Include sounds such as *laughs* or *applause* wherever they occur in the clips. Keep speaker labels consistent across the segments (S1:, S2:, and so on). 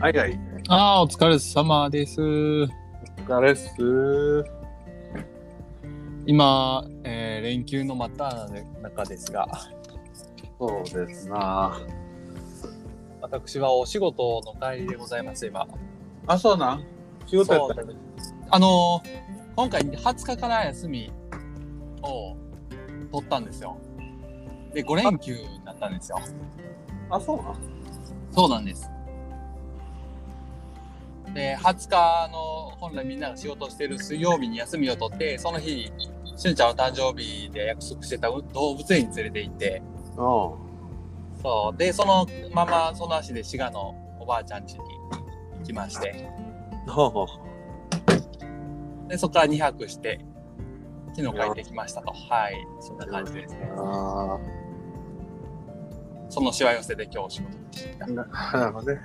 S1: はいはい。
S2: ああ、お疲れ様です。
S1: お疲れっす。
S2: 今、えー連休の真っ只中ですが、
S1: そうですな。
S2: 私はお仕事の帰りでございます、今。
S1: あ、そうなん仕事やった
S2: そうあのー今回20日から休みを取ったんですよ。で、5連休だったんですよ。
S1: あ、そうなん
S2: そうなんです。で、20日の本来みんなが仕事してる水曜日に休みを取って、その日、しゅんちゃんの誕生日で約束してた動物園に連れて行って、
S1: う
S2: そう。で、そのままその足で滋賀のおばあちゃん家に行きまして、
S1: ん。ほうほう。
S2: で、そこから2泊して、昨日帰ってきましたと。はい。そんな感じですね。
S1: あ
S2: そのしわ寄せで今日仕事に来た
S1: あ、。なるほどね。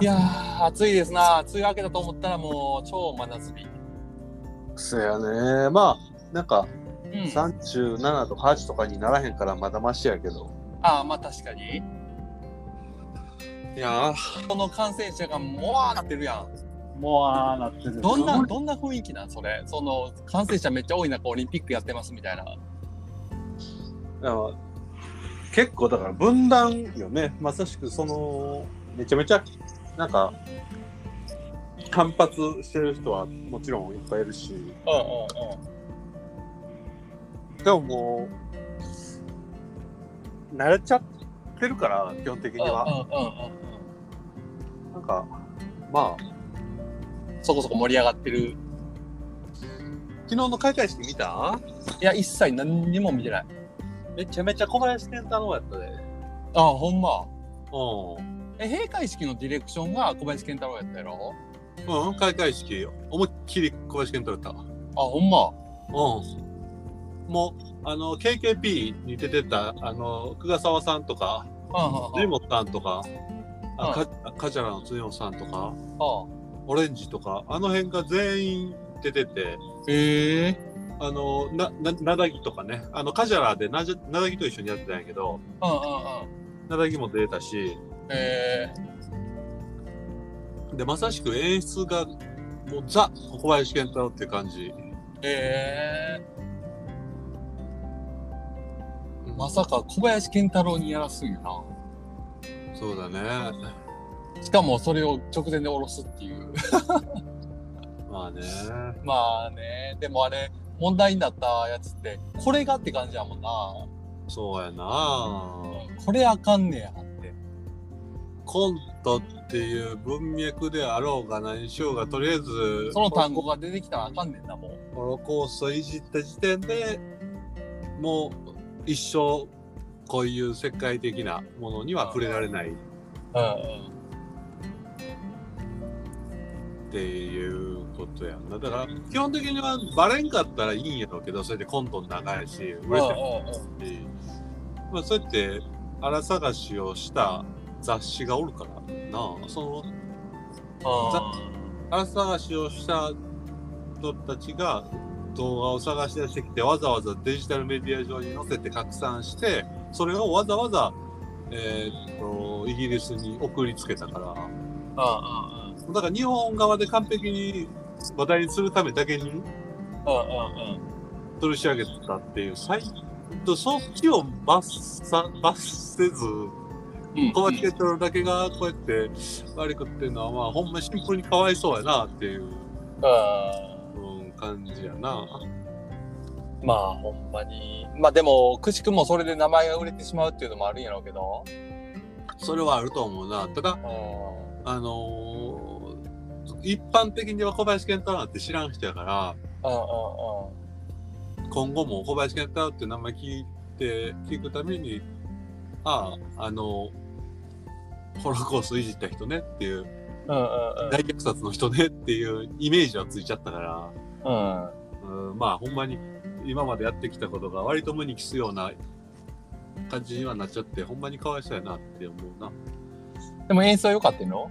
S2: いやー、暑いですな。梅雨明けだと思ったらもう超真夏日。
S1: そやね。まあ、なんか、
S2: うん。
S1: 37とか8とかにならへんからまだマシやけど。
S2: ああ、まあ確かに。
S1: いや
S2: この感染者がもわーなってるやん。
S1: もうああなってる
S2: どんな、どんな雰囲気なんそれ。その、感染者めっちゃ多い中、オリンピックやってますみたいな。
S1: あの結構だから分断よねまさしくそのめちゃめちゃなんか反発してる人はもちろんいっぱいいるし
S2: う
S1: でももう慣れちゃってるから基本的に
S2: んうんうん。
S1: は
S2: うんうんうんうん。
S1: なんかまあ
S2: そこそこ盛り上がってる。
S1: 昨日の開会式見た
S2: いや、一切何にも見てない。
S1: めちゃめちゃ小林健太郎やったで
S2: ああ、ほんま。
S1: う
S2: え、閉会式のディレクションが小林健太郎やったやろ
S1: ん、うん、開会式思いっきり小林健太郎やった
S2: あ、ほんま。
S1: うん。もう、あの、KKP に出てた、あの、久我沢さんとか、
S2: うんうん
S1: 藤
S2: うん。
S1: 本さんとか、あ
S2: は
S1: かカジャラの辻本さんとか、
S2: あ
S1: オレンジとか、あの辺が全員出てて、
S2: へえ。
S1: あの、な、な、なだぎとかね、あの、カジャラでなじなだぎと一緒にやってたんやけど、
S2: うんうんうん。
S1: なだぎも出てたし、
S2: えー、
S1: で、まさしく演出が、もうザ、小林健太郎っていう感じ。
S2: えー、まさか小林健太郎にやらすんやな。
S1: そうだね。
S2: しかもそれを直前で下ろすっていう。 *laughs*
S1: まあね。
S2: まあね、でもあれ、問題になったやつって、これがって感じやもんな。
S1: そうやな。
S2: これあかんねやって。
S1: コントっていう文脈であろうが何しようがとりあえず
S2: その単語が出てきたらあかんねんな、もう。
S1: ホロコーストいじった時点でもう一生こういう世界的なものには触れられないっ
S2: うん
S1: ていうことやんなだから基本的にはバレんかったらいいんやろうけどそれでコントの長いし
S2: うん。
S1: 売
S2: うん
S1: れ
S2: うん
S1: てるし、まあ、そうやって荒探しをした雑誌がおるからなそのあら探しをした人たちが動画を探し出してきてわざわざデジタルメディア上に載せて拡散してそれをわざわざ、えーっとイギリスに送りつけたから
S2: うんうん
S1: だから日本側で完璧に話題にするためだけに
S2: うんうんうん。
S1: 取り仕上げたっていう最とそっちを罰さ罰せず
S2: うん
S1: 小林健太郎だけがこうやって悪くっていうのはまあほんまシンプルにかわいそうやなっていう、うん、感じやな。
S2: まあほんまに。まあでも、くしくもそれで名前が売れてしまうっていうのもあるんやろうけど。
S1: それはあると思うな。ただ、
S2: うん。う
S1: あのー一般的には小林健太郎なんて知らん人やから、
S2: んうんうん。
S1: 今後も小林健太郎って名前聞いて、聞くために、ああ、あのーホロコーストいじった人ねっていう、
S2: うんうん
S1: 大虐殺の人ねっていうイメージはついちゃったから、
S2: うん。うん。
S1: うん、まあほんまに今までやってきたことが割と無に帰すような感じにはなっちゃって、ほんまにかわいそうやなって思うな。
S2: でも演奏良かったの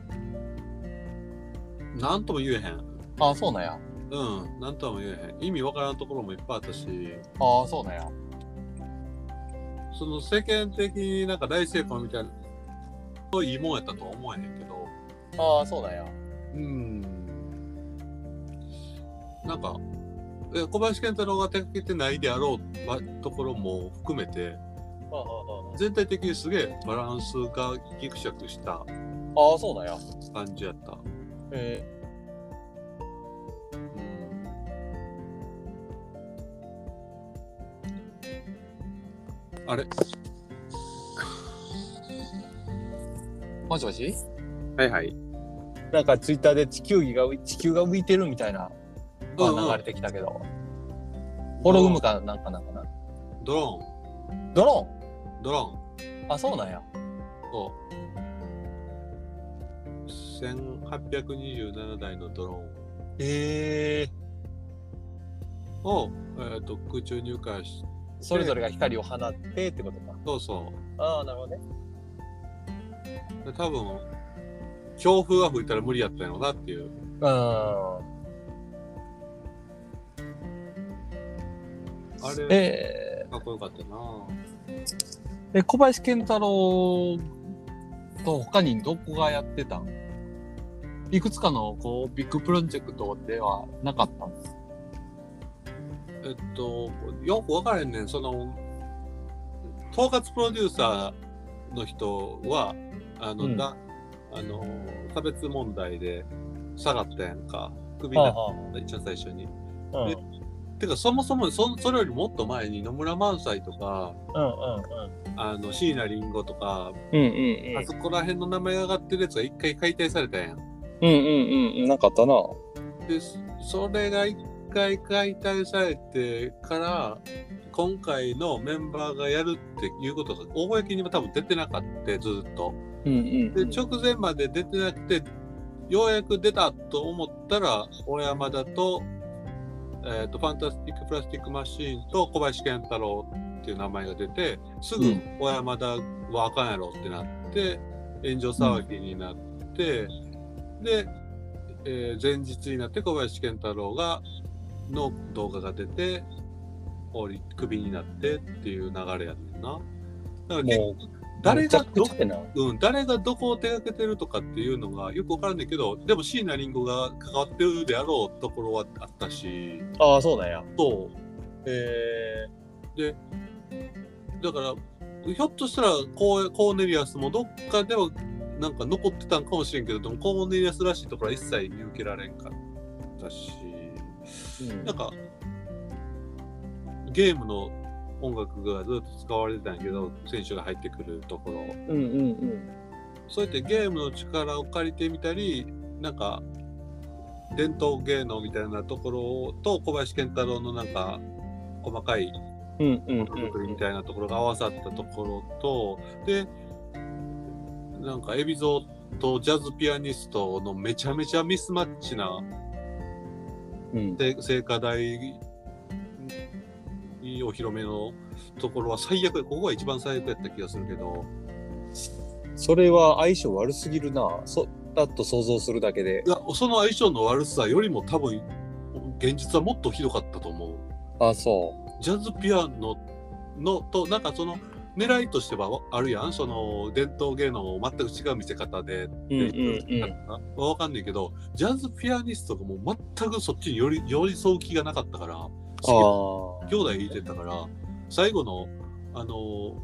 S1: なんとも言えへん。
S2: ああ、そうなんや。
S1: うん、なんとも言えへん。意味わからんところもいっぱいあったし、
S2: ああ、そうなんや。
S1: その世間的になんか大成功みたいな、といいもんやったとは思えへんけど、
S2: ああ、そうなんや。
S1: うんなんか、え小林健太郎が手掛けてないであろうばところも含めて、
S2: あああ
S1: 全体的にすげえバランスがギクシャクした
S2: あああ、そうなんや。
S1: 感じやった。
S2: え
S1: あれ
S2: ー、もしもし
S3: はいはい。
S2: なんかツイッターで地球儀が地球が浮いてるみたいなの
S1: うんうん
S2: が流れてきたけど、ホログムかなんかなんかな。
S1: ドロ
S2: ドロ
S1: ーン、ドロ
S2: ーンあ、そうなんや。
S1: ーンを1827台のドロ
S2: ええ
S1: ーンを、えー、と空中入荷し、
S2: それぞれが光を放ってってことか。
S1: そうそ
S2: ああ、なるほどね。
S1: う。で多分、強風が吹いたら無理やったんやろなっていう。
S2: う
S1: あ
S2: ん。
S1: れ、
S2: え
S1: かっこよかったな
S2: ー、え、小林健太郎と他にどこがやってたんいくつかのこうビッグプロジェクトではなかったんです
S1: えっと、よく分からへんねん、その、統括プロデューサーの人は、あの、
S2: うん
S1: だあの差別問題で下がったやんか、クビ
S2: か
S1: になった、一番最初に。
S2: うんうん
S1: てか、そもそもそ、それよりもっと前に野村萬斎とか、あの椎名林檎とか、
S2: うんうん
S1: あそこら辺の名前が上がってるやつが一回解体されたやん。
S2: うんうんうんなかったな
S1: でそそれが一回解体されてから今回のメンバーがやるっていうことが公にも多分出てなかったずっと。
S2: うんうん
S1: で直前まで出てなくてようやく出たと思ったら小山田と,、えー、とファンタスティック・プラスティック・マシーンと小林健太郎っていう名前が出てす
S2: う
S1: ぐ
S2: ん
S1: 小山田はあかんやろってなって炎上騒ぎになって、で、えー前日になって小林健太郎がの動画が出て降りクビになってっていう流れやねんな。だから結
S2: もう
S1: 誰がど
S2: てな
S1: うん、誰がどこを手掛けてるとかっていうのがよくわからんねんけどでも椎名林檎が関わってるであろうところはあったし
S2: ああそうなんや
S1: そ
S2: え
S1: うだからひょっとしたらコーコーネリアスもどっかではなんか残ってたんかもしれんけれどもコーネリアスらしいところは一切見受けられんかったし
S2: ー
S1: なんかゲームの音楽がずっと使われてたんやけど選手が入ってくるところ
S2: うんうんうん
S1: そうやってゲームの力を借りてみたりなんか伝統芸能みたいなところと小林健太郎のなんか細かい
S2: うんうん
S1: 手作りみたいなところが合わさったところと、でなんか海老蔵とジャズピアニストのめちゃめちゃミスマッチな
S2: うん
S1: で聖火台お披露目のところは最悪ここが一番最悪やった気がするけど
S2: それは相性悪すぎるなそだっと想像するだけで
S1: いやその相性の悪さよりも多分現実はもっとひどかったと思う。
S2: あそう
S1: ジャズピアノのとなんかその狙いとしてはあるやんその伝統芸能を全く違う見せ方で
S2: うんうん
S1: なんかわかんないけどジャズピアニストがもう全くそっちに寄り寄り添う気がなかったから
S2: ああ
S1: 兄弟弾いてたから最後のあの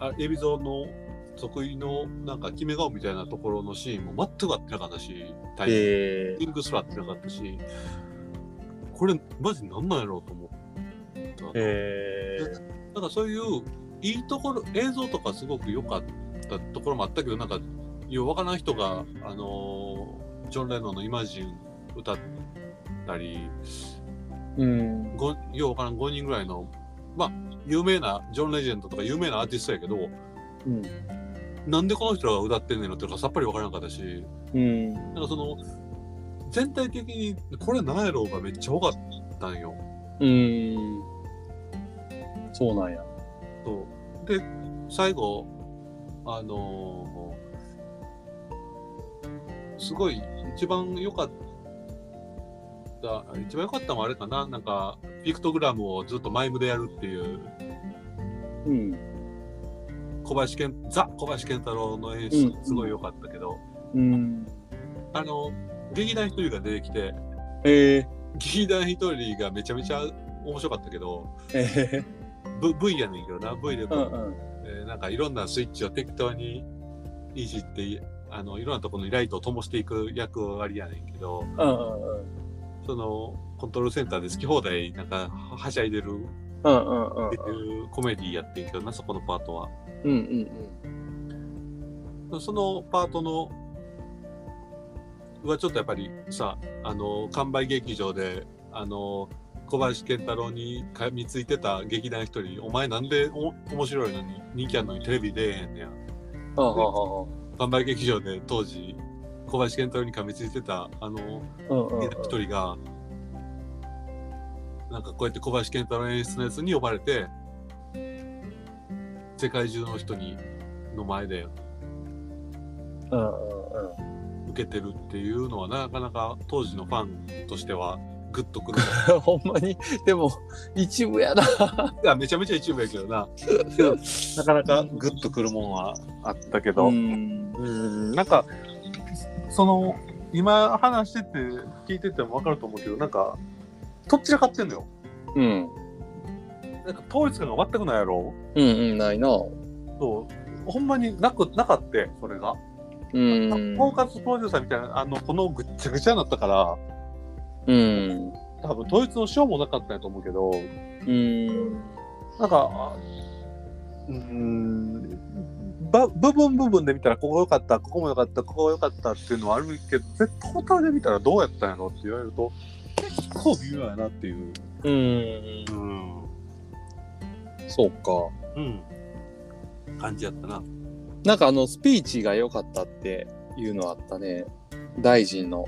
S1: あ海老蔵の得意のなんか決め顔みたいなところのシーンも全く合ってなかったしタイミング
S2: え
S1: リングすら合ってなかったしこれマジなんなんやろうと思った。
S2: ええ
S1: なんかそういういいところ映像とかすごく良かったところもあったけどなんかようわからん人があのージョン・レノンの「イマジン」歌ったり
S2: うん
S1: ごようわからん5人ぐらいのまあ有名なジョン・レジェンドとか有名なアーティストやけど
S2: うん
S1: なんでこの人らが歌ってんねんのっていうのがさっぱりわからなかったし
S2: うん
S1: なんかその全体的にこれなんやろうがめっちゃ多かったんよ。
S2: うんそうなんや
S1: そうで最後あのーすごい一番良かった一番良かったのはあれかななんかピクトグラムをずっとマイムでやるっていう
S2: うん
S1: 小林健、ザ・小林健太郎の演出
S2: う、ん
S1: すごい良かったけど、
S2: うん。
S1: あの、劇団ひとりが出てきて、
S2: えー、
S1: 劇団ひとりがめちゃめちゃ面白かったけど、
S2: えー、
S1: v, v やねんけどな、V で
S2: う
S1: も、
S2: んうん。
S1: えーなんかいろんなスイッチを適当にいじって、あの、いろんなところにライトを灯していく役割やねんけど、
S2: うんうんうん。
S1: その、コントロールセンターで好き放題、なんか、ははしゃいでる
S2: うんうんうん
S1: っていうコメディやってんけどな、そこのパートは。
S2: うんうん
S1: そのパートのはちょっとやっぱりさあの完売劇場であの小林健太郎に噛みついてた劇団一人「お前なんでお面白いのに人気あんのにテレビ出えへんねや
S2: うん。はあは」
S1: 完売劇場で当時小林健太郎に噛みついてたあの
S2: あはあ。うんうん
S1: 劇団一人がなんかこうやって小林健太郎演出のやつに呼ばれて世界中の人にの前で
S2: うんうんうん。
S1: 受けてるっていうのはなかなか当時のファンとしてはグッとくる
S2: ほんまに、でも、一部やな。
S1: いやめちゃめちゃ一部やけどななかなかグッとくるもんはあったけど、
S2: ん。
S1: うんなんかその今話してて聞いてても分かると思うけどなんかとっちらかってんのよ
S2: うん。
S1: なんか統一感が全くないやろ
S2: うんうん、ないな。
S1: そうほんまになくなかってそれが、
S2: うん。
S1: フォーカスプロデューサーみたいなあのこのぐっちゃぐちゃになったから
S2: うん。
S1: 多分統一のしようもなかったんやと思うけど
S2: うん。
S1: なんか、あうーん、ば部分部分で見たら、ここ良かった、ここも良かった、ここが良かったっていうのはあるけど、ぜトータルで見たらどうやったんやろって言われると、結構微妙やなっていう。
S2: うん。
S1: うん。
S2: そうか。
S1: うん。感じやったな。
S2: なんかあの、スピーチが良かったっていうのあったね。大臣の。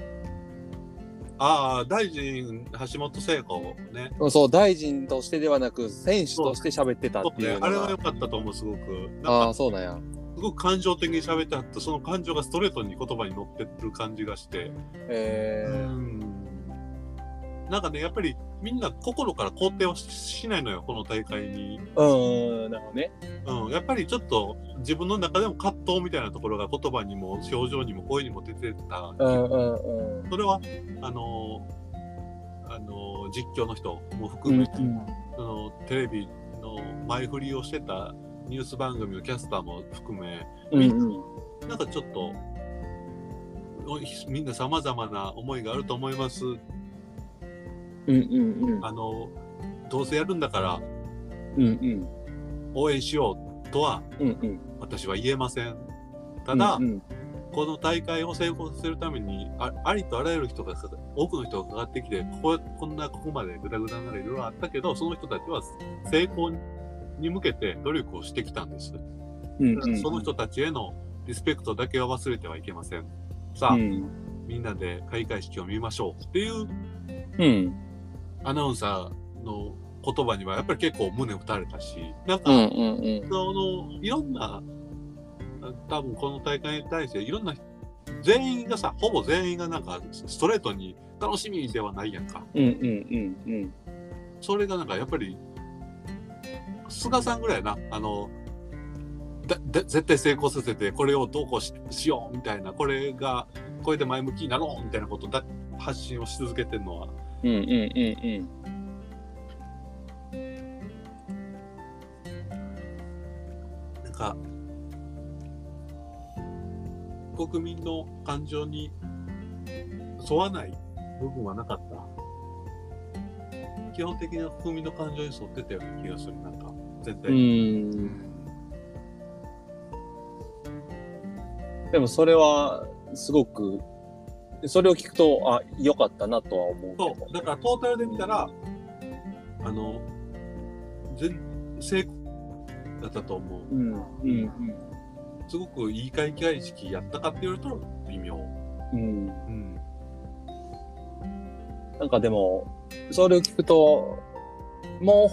S1: ああ、大臣、橋本聖子ね。
S2: そう、大臣としてではなく、選手として喋ってたっていうのが。
S1: あれは良かったと思う、すごく。なん
S2: あ
S1: か、
S2: あ、そうなんや。
S1: すごく感情的に喋ってあって、その感情がストレートに言葉に乗ってる感じがして。
S2: えー。
S1: なんかね、やっぱりみんな心から肯定をししないのよ、この大会に。
S2: うん、なるほどね。
S1: うん、やっぱりちょっと自分の中でも葛藤みたいなところが言葉にも表情にも声にも出てた。
S2: うんうんうん。
S1: それは、あのーあのー実況の人も含めて、そのテレビの前振りをしてたニュース番組のキャスターも含め、
S2: うんうん。
S1: なんかちょっと、おいみんな様々な思いがあると思います
S2: うんうんうん。
S1: あのどうせやるんだから
S2: うんうん。
S1: 応援しようとは
S2: うんうん。
S1: 私は言えません。ただ、
S2: うんうん
S1: この大会を成功させるためにあありとあらゆる人がかか多くの人がかかってきてこうこんなここまでグダグダになるいろいろあったけどその人たちは成功に向けて努力をしてきたんです。
S2: うんうん。
S1: その人たちへのリスペクトだけは忘れてはいけません。さあ、
S2: うん。
S1: みんなで開会式を見ましょうっていう
S2: うん。
S1: アナウンサーの言葉にはやっぱり結構胸打たれたしなんか、
S2: うんうんうん。
S1: そのいろんな多分この大会に対していろんな全員がさほぼ全員がなんかストレートに楽しみではないやんか
S2: うんうんうんうん。
S1: それがなんかやっぱり菅さんぐらいやなあのだだ絶対成功させてこれをどうこうししようみたいなこれがこれで前向きになろうみたいなことだ発信をし続けてるのは
S2: うんうんうんうん。
S1: なんか国民の感情に沿わない部分はなかった基本的には国民の感情に沿ってたような気がするなんか全体
S2: う
S1: に
S2: ん。でもそれは、すごく、それを聞くと、あ、良かったなとは思うけど。
S1: そうだからトータルで見たらあの全成功だったと思う
S2: うんうん
S1: すごくいい会議会式やったかって言われたら微妙
S2: うん。うん。
S1: うん
S2: なんかでも、それを聞くと、も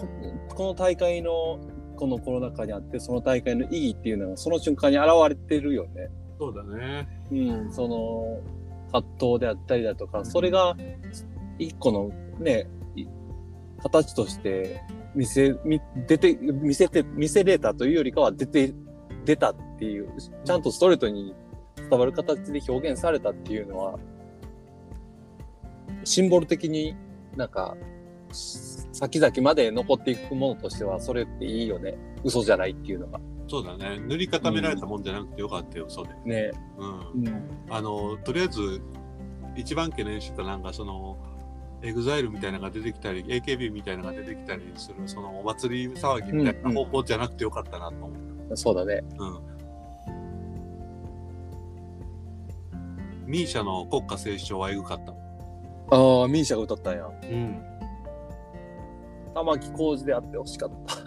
S2: う、この大会の、このコロナ禍にあって、その大会の意義っていうのが、その瞬間に現れてるよね。
S1: そうだね
S2: うん、その、葛藤であったりだとか、それが、一個のね、い形として見せ、み出て、見せて、見せれたというよりかは、出て、出たっていう、ちゃんとストレートに伝わる形で表現されたっていうのは、シンボル的になんか、先々まで残っていくものとしては、それっていいよね。嘘じゃないっていうのが。
S1: そうだね。塗り固められたもんじゃなくてよかったよ、そうで。
S2: ね。
S1: うん。
S2: うん。
S1: あの、とりあえず、一番懸念してたなんかその、エグザイルみたいなのが出てきたり、AKB みたいなのが出てきたりする、そのお祭り騒ぎみたいな方向じゃなくてよかったなと思う。
S2: そうだね。
S1: うん。ミーシャの国歌斉唱はエグかった。
S2: ああ、ミーシャが歌ったんや。
S1: うん。
S2: 玉置浩二であってほしかった。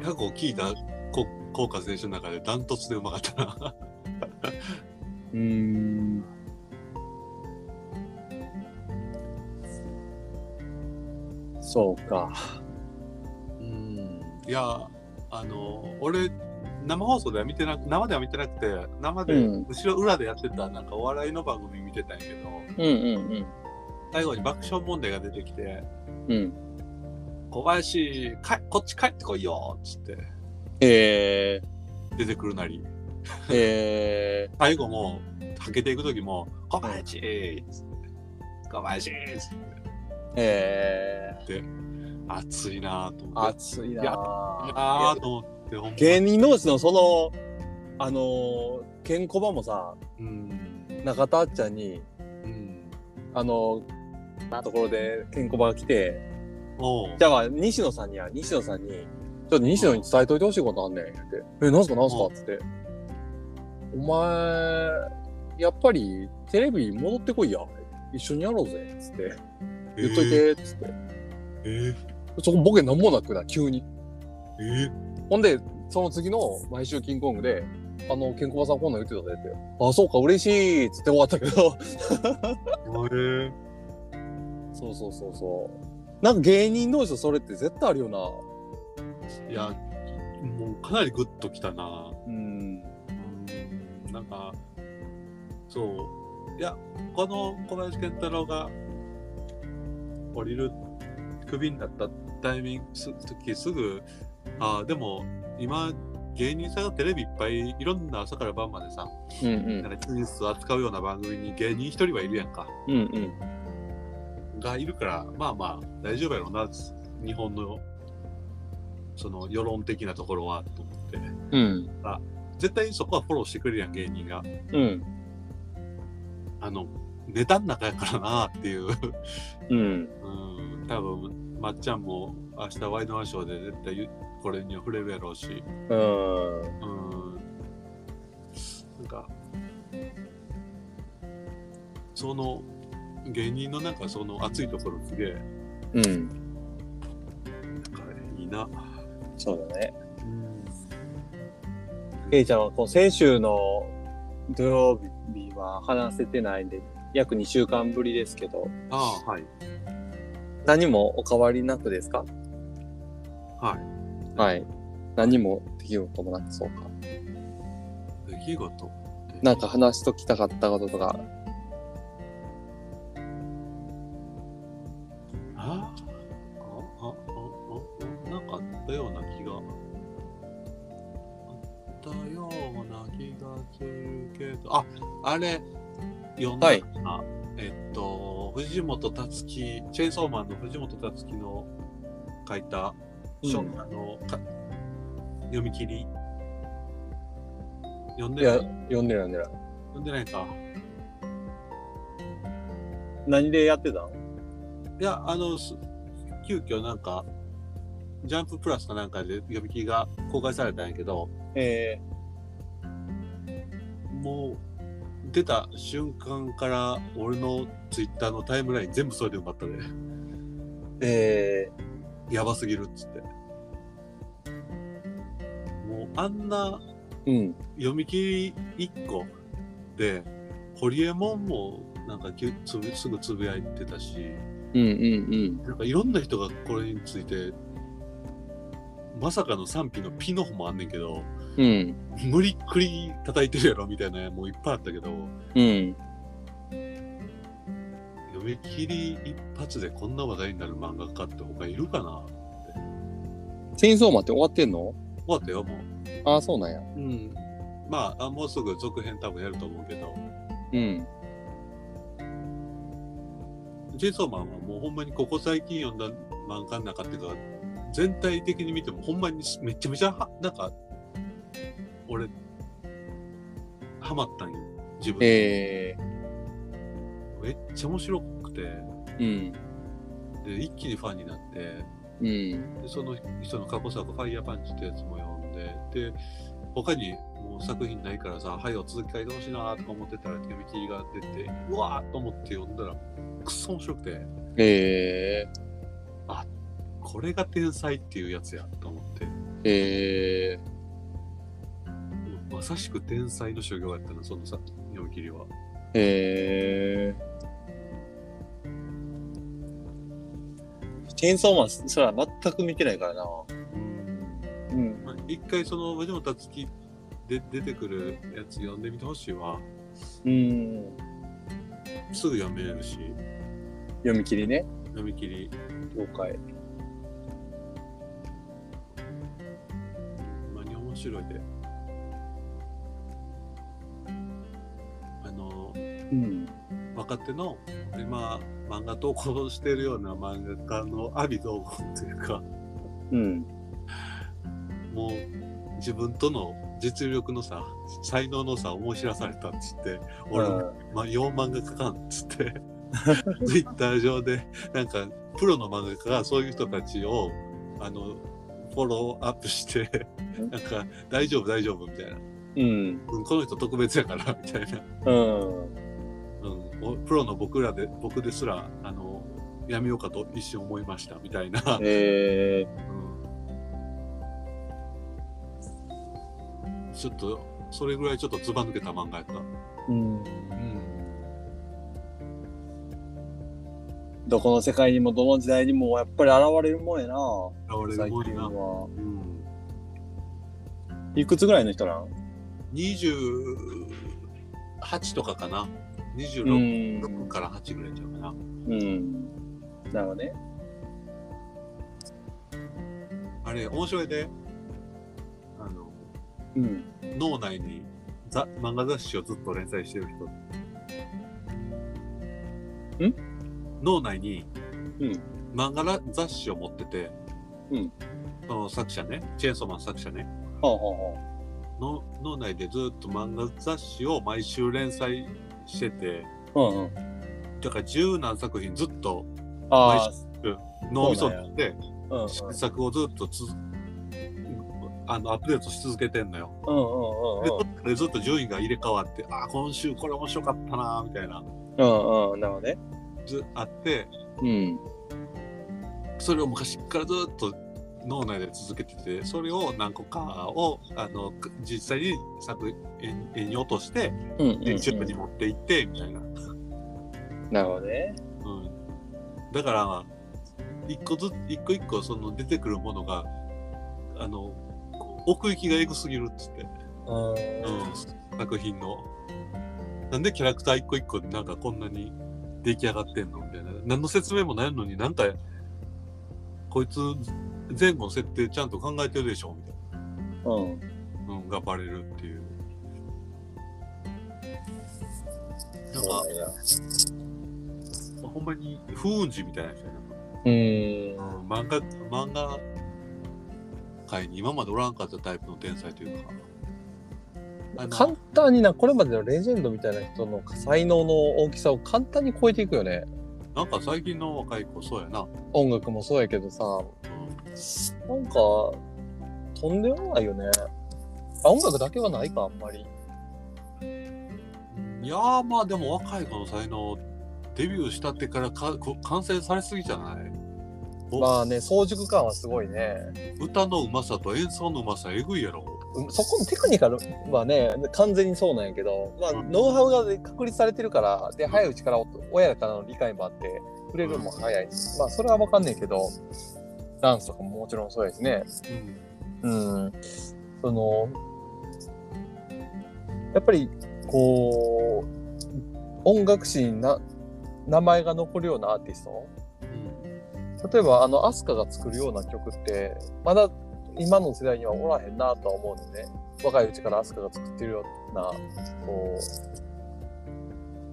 S1: 過去聞いた国国歌斉唱の中でダントツでうまかったな。
S2: うん。そうか。
S1: うんいやあの俺生放送では見てなく生では見てなくて生で
S2: うん
S1: 後ろ裏でやってたなんかお笑いの番組見てたんやけど、
S2: うんうん
S1: 最後に爆笑問題が出てきて
S2: うん。うん。
S1: 「小林かこっち帰ってこいよ」っつって
S2: え
S1: 出てくるなり
S2: ー、え
S1: 最後もはけていく時も「小林!」っつって「小林!」っつっ
S2: ー、え
S1: て熱いなぁと
S2: ー、
S1: 思って
S2: 熱いな
S1: や
S2: ぁ
S1: ああと思ってほんま
S2: 芸人同士のその、あのー、ケンコバもさ、
S1: うん
S2: 中田あっちゃんに、
S1: うん
S2: あのー、なところでケンコバが来て、
S1: おう
S2: じゃあ、西野さんには、西野さんに、ちょっと西野に伝えといてほしいことあんねん、って。え、なんすかなんすかっつって。お前、やっぱりテレビ戻ってこいや。一緒にやろうぜ、つって。言っといて、つって。
S1: えー、
S2: そこボケなんもなくな、急に。
S1: えー、
S2: ほんで、その次の毎週キングコングで、あの、ケンコバさんこんなん言ってたでって。あ、そうか、嬉しいっつって終わったけど。
S1: え
S2: *laughs*
S1: ー、えー
S2: そうそうそうそう。なんか芸人同士とそれって絶対あるよな。
S1: いや、もうかなりグッときたな。
S2: うん。
S1: うんなんか、そう。いや、この小林健太郎が降りる、クビになったタイミングす、時すぐ、ああ、でも今、芸人さんがテレビいっぱいいろんな朝から晩までさ、
S2: うん
S1: なんか技術を扱うような番組に芸人一人はいるやんか。
S2: うん。うんうん。
S1: がいるから、まあまあ大丈夫やろうな、日本の、その世論的なところは、と思って。
S2: うん。
S1: 絶対そこはフォローしてくれるやん芸人が
S2: うん。
S1: あのネタの中やからなっていう
S2: うん。
S1: うん多分まっちゃんも明日ワイドナショーで絶対言うこれには触れるやろうし
S2: うん。
S1: うんなんかその芸人のなんかその熱いところすげえ
S2: うん。
S1: なんかいいな
S2: そうだね。
S1: うん
S2: ケイちゃんは、この先週の土曜日は話せてないんで、約2週間ぶりですけど、
S1: ああはい
S2: 何もお変わりなくですか
S1: はい
S2: はい。何も出来事もなくそうか。
S1: 出来事
S2: なんか話しときたかったこととか。
S1: あああああなんかあったような気があったような気がするけどああれ読んだ
S2: はい
S1: かな、えっと藤本つ樹チェーンソーマンの藤本つ樹の書いた、書
S2: うん
S1: あのか読み切り読ん
S2: い
S1: でない
S2: や、読んでる読んでる。
S1: 読んでないか
S2: 何でやってたの
S1: いやあのす急遽なんかジャンププラスかなんかで読み切りが公開されたんやけど、
S2: え
S1: もう出た瞬間から俺のツイッターのタイムライン全部それで埋まったで、
S2: ー、え
S1: やばすぎるっつってもうあんな
S2: ー、うん。
S1: 読み切り1個でホリエモンもなんかきゅつぶすぐつぶやいてたし
S2: うんうん
S1: なんかいろんな人がこれについてまさかの賛否のピの方もあんねんけど
S2: うん。うん。
S1: 無理っくり叩いてるやろみたいなやもういっぱいあったけど
S2: うん。
S1: 読み切り一発でこんな話題になる漫画家って他いるかな
S2: チェーンソーマンって終わってんの
S1: 終わったよ、もう。
S2: ああ、そうなんや。
S1: うん。まあ、あもうすぐ続編多分やると思うけど、
S2: うん。
S1: ジェイソンマンはもうほんまにここ最近読んだ漫画の中っていうか、全体的に見てもほんまにめちゃめちゃは、なんか、俺、ハマったんよ、自分。
S2: え
S1: めっちゃ面白くて、
S2: えー。
S1: で、一気にファンになって、
S2: うん。うん。
S1: でその人の過去作、ファイヤーパンチってやつも読んで、で、他にもう作品ないからさ、はい、お続き書いてほしいなとか思ってたら、読み切りが出て、うわーっと思って読んだら、くっそ面白くて、
S2: ええ
S1: これが天才っていうやつやと思って、
S2: ー。ええ
S1: もうまさしく天才の修行やったな、そのさ、読み切りは。
S2: ー。ええー。チェーンソーマン、そら全く見てないからな。うん。
S1: まあ、一回その、藤本つきで出てくるやつ読んでみてほしいわ。
S2: うん。
S1: すぐ読めるし、
S2: 読み切りね。
S1: 読み切り、
S2: 了解。
S1: ほんまに面白いで。あの、
S2: うん。
S1: 若手の今漫画投稿してるような漫画家の阿ビ同行というか
S2: うん。
S1: もう自分との実力のさ才能のさ思い知らされたっつって俺、
S2: うん
S1: ま、4漫画家かんっつってツイッター上でなんかプロの漫画家がそういう人たちをあのフォローアップして
S2: うん
S1: なんか大丈夫大丈夫みたいな、
S2: うん。
S1: うん、この人特別やからみたいな
S2: うん。
S1: うんお、プロの僕らで僕ですらあのやめようかと一瞬思いましたみたいな、
S2: ええ
S1: うんちょっとそれぐらいちょっとずば抜けた漫画やった、
S2: ー。うん。
S1: うん、
S2: どこの世界にもどの時代にもやっぱり現れるもんやな。
S1: 現れる
S2: 最
S1: もん
S2: 近
S1: やな、
S2: は。
S1: うん、
S2: いくつぐらいの人なん
S1: 28とかかな
S2: う
S1: 26、6
S2: ん。
S1: から8ぐらいちゃうかな
S2: うん。なるほどね。
S1: あれ面白いであの
S2: うん。
S1: 脳内にざ漫画雑誌をずっと連載してる人
S2: ん
S1: 脳内に
S2: うん
S1: 漫画ら雑誌を持ってて、
S2: うん
S1: その作者ねチェーンソーマン作者ね
S2: はあはあは
S1: の脳内でずっと漫画雑誌を毎週連載してて
S2: あ。うんうん。
S1: だから十何作品ずっと
S2: ああ。
S1: 脳みそになって
S2: うんうん
S1: 新作をずっとつあのアップデートし続けてんのよ。
S2: うんうん
S1: ででずっと順位が入れ替わってあー今週これ面白かったなーみたいな
S2: うんうん。なるほどね。
S1: ずあって
S2: うん。
S1: それを昔からずっと脳内で続けててそれを何個かをあのく実際に作品絵に落として
S2: うんうんう
S1: でチューブに
S2: ん。
S1: 持っていってみたいな、うん
S2: なるほどね。
S1: だから一個ずつ一個一個その出てくるものがあのこう奥行きがエグすぎるっつって、うん、作品のなんでキャラクター一個一個でなんかこんなに出来上がってんのみたいな何の説明もないのになんかこいつ前後の設定ちゃんと考えてるでしょみたいな。
S2: うん。うん。
S1: うん、がバレるっていう。なんか
S2: そう、なんや
S1: ほんまに風雲児みたいな人やな。
S2: うん。
S1: うん、漫画、漫画界に今までおらんかったタイプの天才というか。あの
S2: 簡単になこれまでのレジェンドみたいな人の才能の大きさを簡単に超えていくよね
S1: なんか最近の若い子、そうやな。
S2: 音楽もそうやけどさ
S1: う
S2: なんかとんでもないよねあ音楽だけはないかあんまり
S1: ん、いやー、まあでも若い子の才能、デビューしたってからかこ完成されすぎじゃないお
S2: まあね早熟感はすごいね
S1: 歌のうまさと演奏のうまさ、えぐいやろ。
S2: うんそこのテクニカルはね完全にそうなんやけど、まあ、ノウハウが確立されてるからで早いうちから親からの理解もあって触れるのも早いしまあそれは分かんねえけどダンスとかももちろんそうやしね
S1: うん。
S2: うん、そのやっぱりこう音楽史にな名前が残るようなアーティスト
S1: うん
S2: 例えばあのアスカが作るような曲ってまだ今の世代にはおらへんなとは思うので、ね、若いうちから飛鳥が作ってるようなこ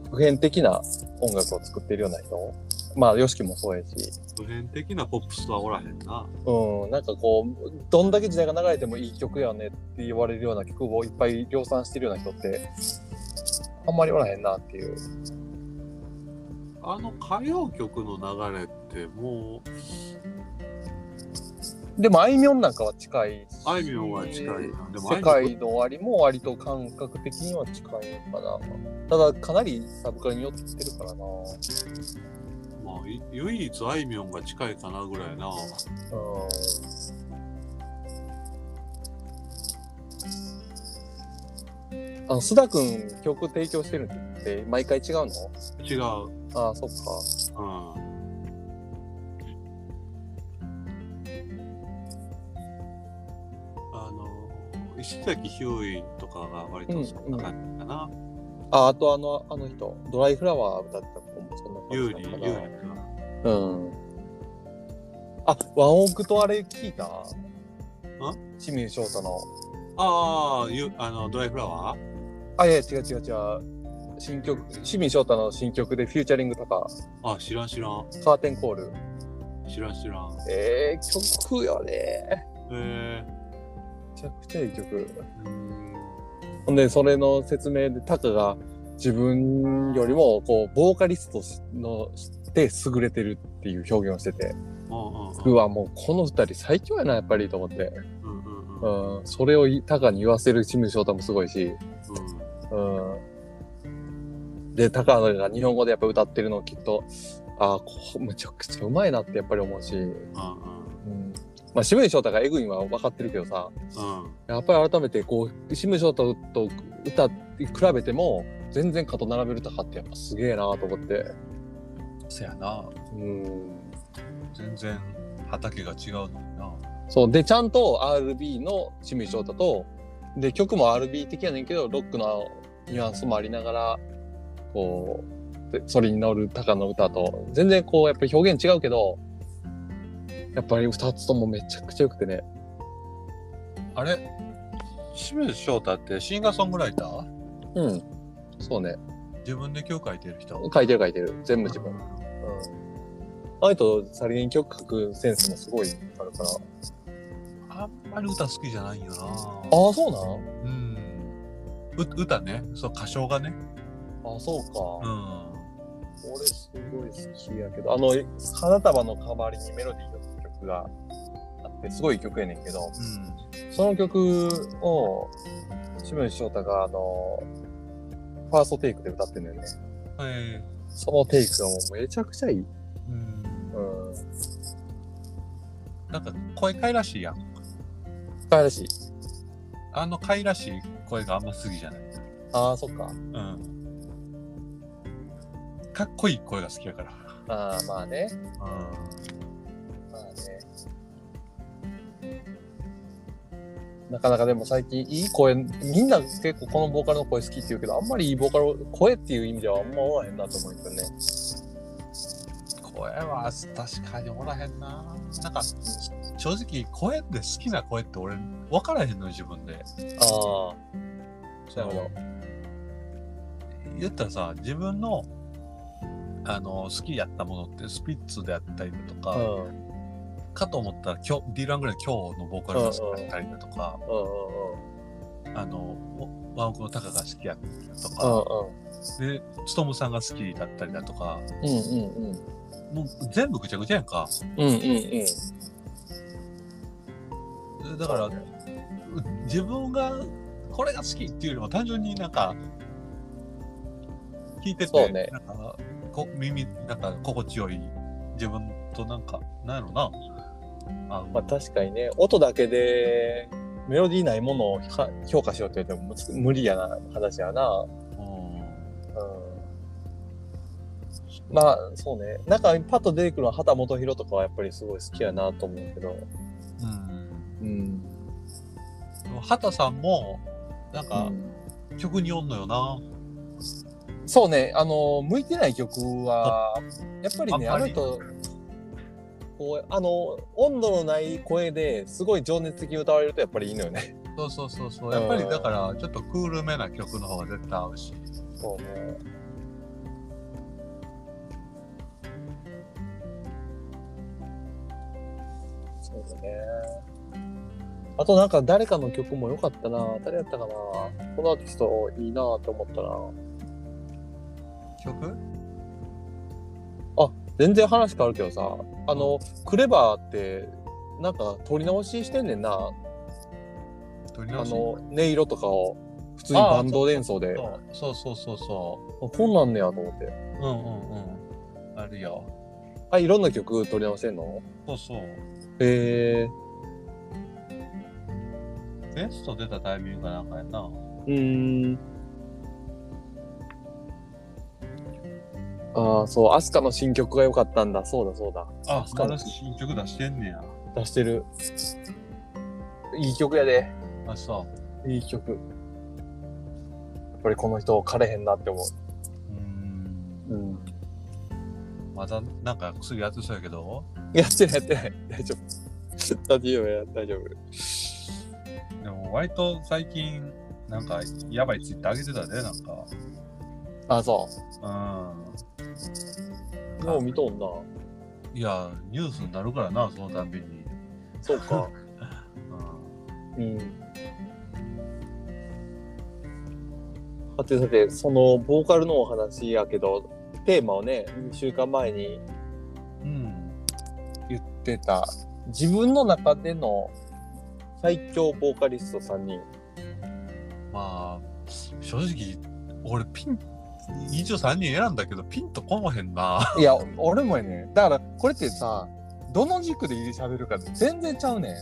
S2: う普遍的な音楽を作ってるような人まあ YOSHIKI もそうやし
S1: 普遍的なポップスはおらへんな。
S2: うん、なんかこうどんだけ時代が流れてもいい曲やねって言われるような曲をいっぱい量産してるような人ってあんまりおらへんなっていう
S1: あの歌謡曲の流れってもう、
S2: でもあいみょんなんかは近いし
S1: あいみょんは近いな。でもあいみょん
S2: 世界の終わりも割と感覚的には近いのかなただかなりサブカルに寄ってきてるからなうん
S1: まあ、い唯一あいみょんが近いかなぐらいな。
S2: あの須田君曲提供してるんで毎回違うの
S1: 違う。
S2: ああそっか
S1: うん。あの、石崎ひゅーいとかが割とそんな感じかな。
S2: あ、あとあの、あの人、ドライフラワー歌ってた子もそんな
S1: ゆう
S2: 感
S1: り、ゆ
S2: じな
S1: う
S2: の
S1: り
S2: かな。
S1: が。
S2: うん。あ、ワンオークとあれ聞いた清水翔太の。
S1: ああ、ゆあの、ドライフラワー
S2: あ、いやいや違う違う違う。新曲、清水翔太の新曲でフューチャリングとか、
S1: あ、知らん知らん。
S2: カーテンコール。
S1: 知らん知らん。
S2: ええ曲よね。
S1: え
S2: めちゃくちゃいい曲。
S1: ー、うーん。
S2: ほんで、それの説明で、タカが自分よりも、こう、ボーカリストの、して優れてるっていう表現をしてて、
S1: うんうん
S2: うわ、もうこの二人最強やな、やっぱりと思って。
S1: うんうんうん
S2: うん、それをいタカに言わせる清水翔太もすごいし、
S1: うん
S2: うん、でタカが日本語でやっぱ歌ってるのをきっとああむちゃくちゃうまいなってやっぱり思うし、う
S1: うん
S2: んまあ、清水翔太がエグいんは分かってるけどさ
S1: うんうん
S2: やっぱり改めてこう清水翔太と歌って比べても全然肩並べるタカってやっぱすげえなと思って。
S1: そやな
S2: うん
S1: 全然畑が違うのにな
S2: そう。で、ちゃんと RB の清水翔太と、で、曲も RB 的やねんけど、ロックのニュアンスもありながら、こう、でそれに乗るタカの歌と、全然こう、やっぱり表現違うけど、やっぱり二つともめちゃくちゃ良くてね。
S1: あれ清水翔太ってシンガーソングライター
S2: うん。そうね。
S1: 自分で曲書いてる人
S2: 書いてる書いてる。全部自分。うん。あいと、さりげに曲書くセンスもすごいあるから。あ
S1: あんまり歌好きじゃないよな
S2: あ、そうな
S1: うんう歌ねそう歌唱がね
S2: んあ、そうか。
S1: うん
S2: 俺すごい好きやけどあの花束の代わりにメロディーの曲があってすごい曲やねんけどその曲を志村翔太があのファーストテイクで歌ってんのよね
S1: うんはい
S2: そのテイクがもうめちゃくちゃいい、
S1: うん
S2: うん、
S1: なんか声かいらしいやん
S2: かわいらしい
S1: あのかいらしい声があんま好きじゃない
S2: ああそっか
S1: うんかっこいい声が好きやから
S2: ああまあね
S1: うん
S2: まあねなかなかでも最近いい声みんな結構このボーカルの声好きって言うけどあんまりいいボーカルを声っていう意味ではあんまおらへんなと思うんですよね
S1: 声は確かにおらへんななんか正直声で好きな声って俺分からへんのよ自分で
S2: ああ。なるほど。
S1: 言ったらさ自分のあの好きやったものってスピッツであったりだとか、
S2: うん。うん
S1: かと思ったら今日ディーランぐらい今日のボーカルが好きだったりだとか、あのおワンオクのタカが好きやったとか、でつとむさんが好きだったりだとか
S2: うんうんうん。うんうんうん。
S1: もう全部ぐちゃぐちゃやんか
S2: うんうんうん。
S1: だから自分がこれが好きっていうよりも単純になんか聞いて
S2: そう
S1: て、
S2: ね
S1: なんかこ耳なんか心地よい自分となんかなんやろなあの、
S2: まあ確かにね、音だけでメロディーないものをは評価しようって言ってもむ無理やな話やな。
S1: うん
S2: うん。まあそうね。なんかパッと出てくるのは畑基博とかはやっぱりすごい好きやなと思うけど。
S1: うん
S2: うん。
S1: でも畑さんもなん
S2: あ
S1: か曲におんのよな、
S2: そうね、あの、向いてない曲は、やっぱりね、
S1: あ
S2: あ
S1: んま
S2: の
S1: り
S2: 人、こうあの温度のない声ですごい情熱的に歌われるとやっぱりいいのよね。
S1: そうそうそうそう。やっぱりだから、ちょっとクールめな曲の方が絶対合うし。
S2: そうね。そうだね。あとなんか誰かの曲も良かったな。誰やったかな。このアーティストいいなと思ったな。
S1: 曲
S2: 全然話変わるけどさあのクレバーってなんか撮り直ししてんねんなあ
S1: 取り直し
S2: の音色とかを普通にバンド演奏で
S1: そうそうそうそうそ
S2: あこんなんねやと思って
S1: う。うんうんうん。あるよ。
S2: あいろんな曲撮り直してんの
S1: そうそう。
S2: へえ
S1: ベスト出たタイミングがなんかやな。
S2: うんああそうアスカの新曲が良かったんだそうだそうだ
S1: あ、
S2: ま
S1: ま
S2: だ
S1: だ新曲出してんねや。
S2: 出してるいい曲やで
S1: あ、そう。
S2: いい曲やっぱりこの人枯れへんなって思
S1: うーん。
S2: ううん
S1: まだなんか薬やってそうやけど、
S2: やってないやってない大丈夫大丈夫や大丈夫
S1: でも割と最近、なんかやばいツイッター上げてたで、なんか。
S2: あそ
S1: うん。
S2: うもう見とんない
S1: や、ニュースになるからな、そのたんびに。
S2: そうか
S1: うん。
S2: *laughs* うんさてさてそのボーカルのお話やけどテーマをね2週間前に
S1: うん。
S2: 言ってた自分の中での最強ボーカリスト3人
S1: まあ、正直、俺ピン、23人選んだけど、ピンとこもへんな。
S2: *laughs*
S1: *laughs*
S2: いや俺もやねだからこれってさどの軸で喋るか全然ちゃうねん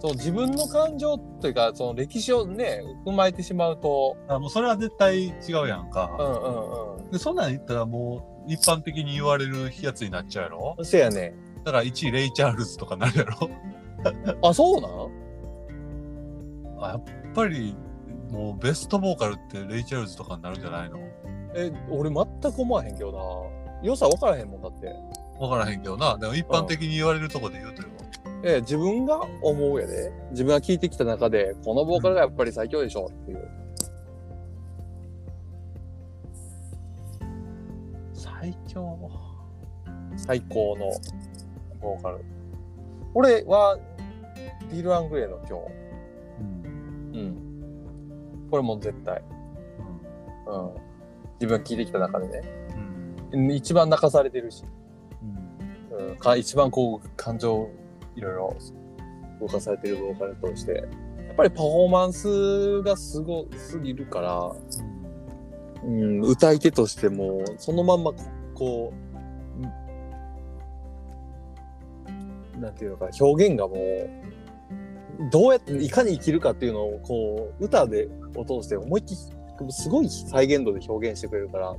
S2: そう自分の感情というかその歴史をね踏まえてしまうと
S1: あもうそれは絶対違うやんか。
S2: うんうん
S1: で、そんなん言ったらもう一般的に言われるやつになっちゃうやろ
S2: うんせやね
S1: だから1位レイ・チャールズとかなるやろ *laughs*
S2: あそうなん
S1: あやっぱりもうベストボーカルってレイ・チャールズとかになるんじゃないの
S2: え俺全く思わへんけどな良さ分からへんもんだって
S1: わからへんけどな。でも一般的に言われるとこで言うとよ。
S2: え自分が思うやで自分が聞いてきた中でこのボーカルがやっぱり最強でしょっていう
S1: 最強。
S2: 最高のボーカル俺はディル・アングレイの今日
S1: うん。
S2: うん。これもう絶対。うん。自分が聞いてきた中でね。
S1: うん。
S2: うん一番泣かされてるし、
S1: うん。
S2: うん、か一番こう、感情、いろいろ動かされてるボーカルとして。やっぱりパフォーマンスがすごすぎるから、うん、歌い手としても、そのまんまこ、こう、なんていうのか、表現がもう、どうやって、いかに生きるかっていうのを、こう、歌で、を通して思いっきり、すごい再現度で表現してくれるから、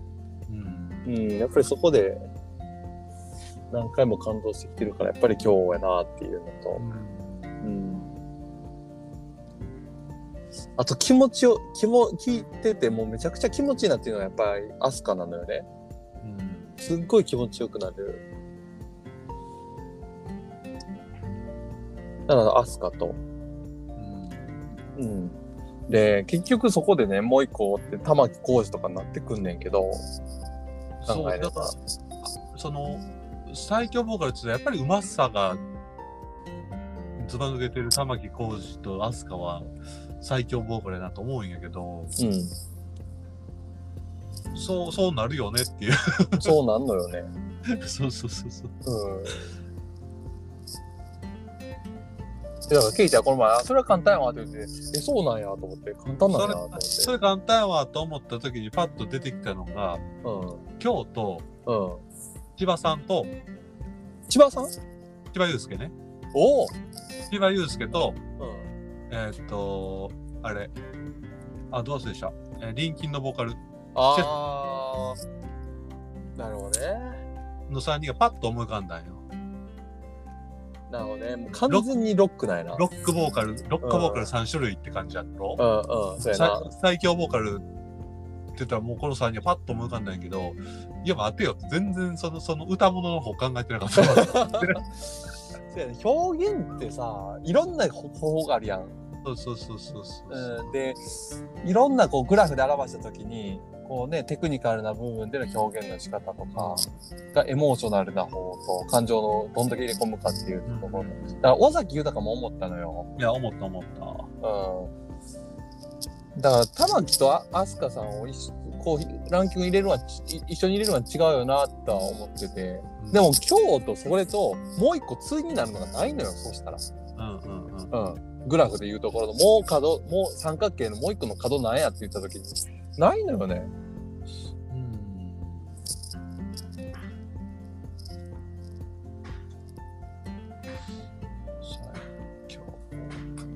S1: うん。
S2: うん、やっぱりそこで、何回も感動してきてるから、やっぱり今日やなっていうのと、あと気持ちを、気も、聞いててもうめちゃくちゃ気持ちいいなっていうのはやっぱりアスカなのよね。
S1: うん。
S2: すっごい気持ちよくなる。だから、アスカと。うん。で、結局そこでね、もう一個追って、玉置浩二とかになってくんねんけど、
S1: そう、
S2: 考えれば
S1: だから、その、最強ボーカルって言ったらやっぱりうまさが、ずば抜けてる玉置浩二と飛鳥は最強ボーカルやなと思うんやけど、
S2: うん。
S1: そう、そうなるよねっていう。 *laughs*
S2: そうなんのよね。
S1: そうそうそうそう。
S2: うん。だから、ケイちゃん、この前、あそれは簡単やわって言って、え、そうなんやと思って、簡単なん
S1: そ
S2: やな
S1: れ
S2: と思っ、
S1: それ簡単やわと思った時にパッと出てきたのが、
S2: て。
S1: 京都、
S2: うん。うん。
S1: 千葉さんと、
S2: 千葉さん
S1: 千葉祐介ね。
S2: おお
S1: 千葉祐介と、
S2: うん。
S1: えーっと、あれ、あ、どう忘れでした。えー、リンキンのボーカル
S2: あー。なるほどね。
S1: の3人がパッと思い浮かんだんよ。
S2: なるほどね。もう完全にロックないな。
S1: ロックボーカル、ロックボーカ
S2: うん
S1: ル3種類って感じやろ、
S2: *laughs* うんうん、そうやな。
S1: さ最強ボーカルってたらもうこの3人はパッと思い浮かんないけど、いや待てよって全然そのその歌物の方考えてな
S2: *laughs*
S1: かった。
S2: そうやね表現ってさいろんな方法があるやん、
S1: そうそうそうそうそう。
S2: うん、でいろんなこうグラフで表した時にこうねテクニカルな部分での表現の仕方とかがエモーショナルな方と感情のどんだけ入れ込むかっていうところ、だから尾崎豊も思ったのよ、
S1: いや、思った思った。
S2: うんだから玉木とあ飛鳥さんを一緒こうランキング入れるのはちい一緒に入れるのは違うよなとは思っててでも、今日とそれともう一個対になるのがないのよそうしたら、
S1: うんうんうん。
S2: うん、グラフでいうところのもう角もう三角形のもう一個の角なんやって言った時にないのよね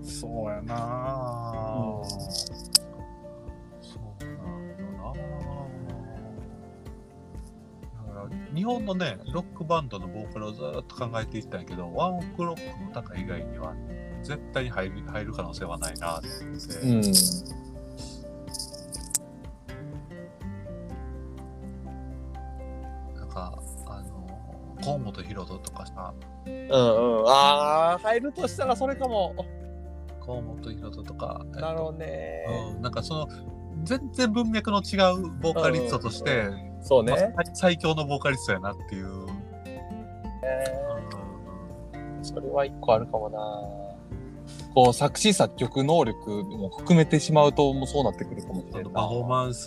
S1: そうやなぁ、
S2: うん
S1: そうなんだなぁだから日本のねロックバンドのボーカルをずーっと考えていったんやけどワンオクロックの高以外には絶対に入る入る可能性はないなって思って、
S2: うん
S1: なんかあの河本大翔とかさ
S2: うんうんああ入るとしたらそれかも
S1: 河本大翔とか、えっと
S2: なるほどね、
S1: うん、なんかその全然文脈の違うボーカリストとして、
S2: そう
S1: まあ
S2: ね、
S1: 最最強のボーカリストやなっていう、
S2: それは一個あるかもなこう作詞作曲能力も含めてしまうともうそうなってくるかもし
S1: あ
S2: れ
S1: の
S2: ん
S1: パフォー
S2: な
S1: マンス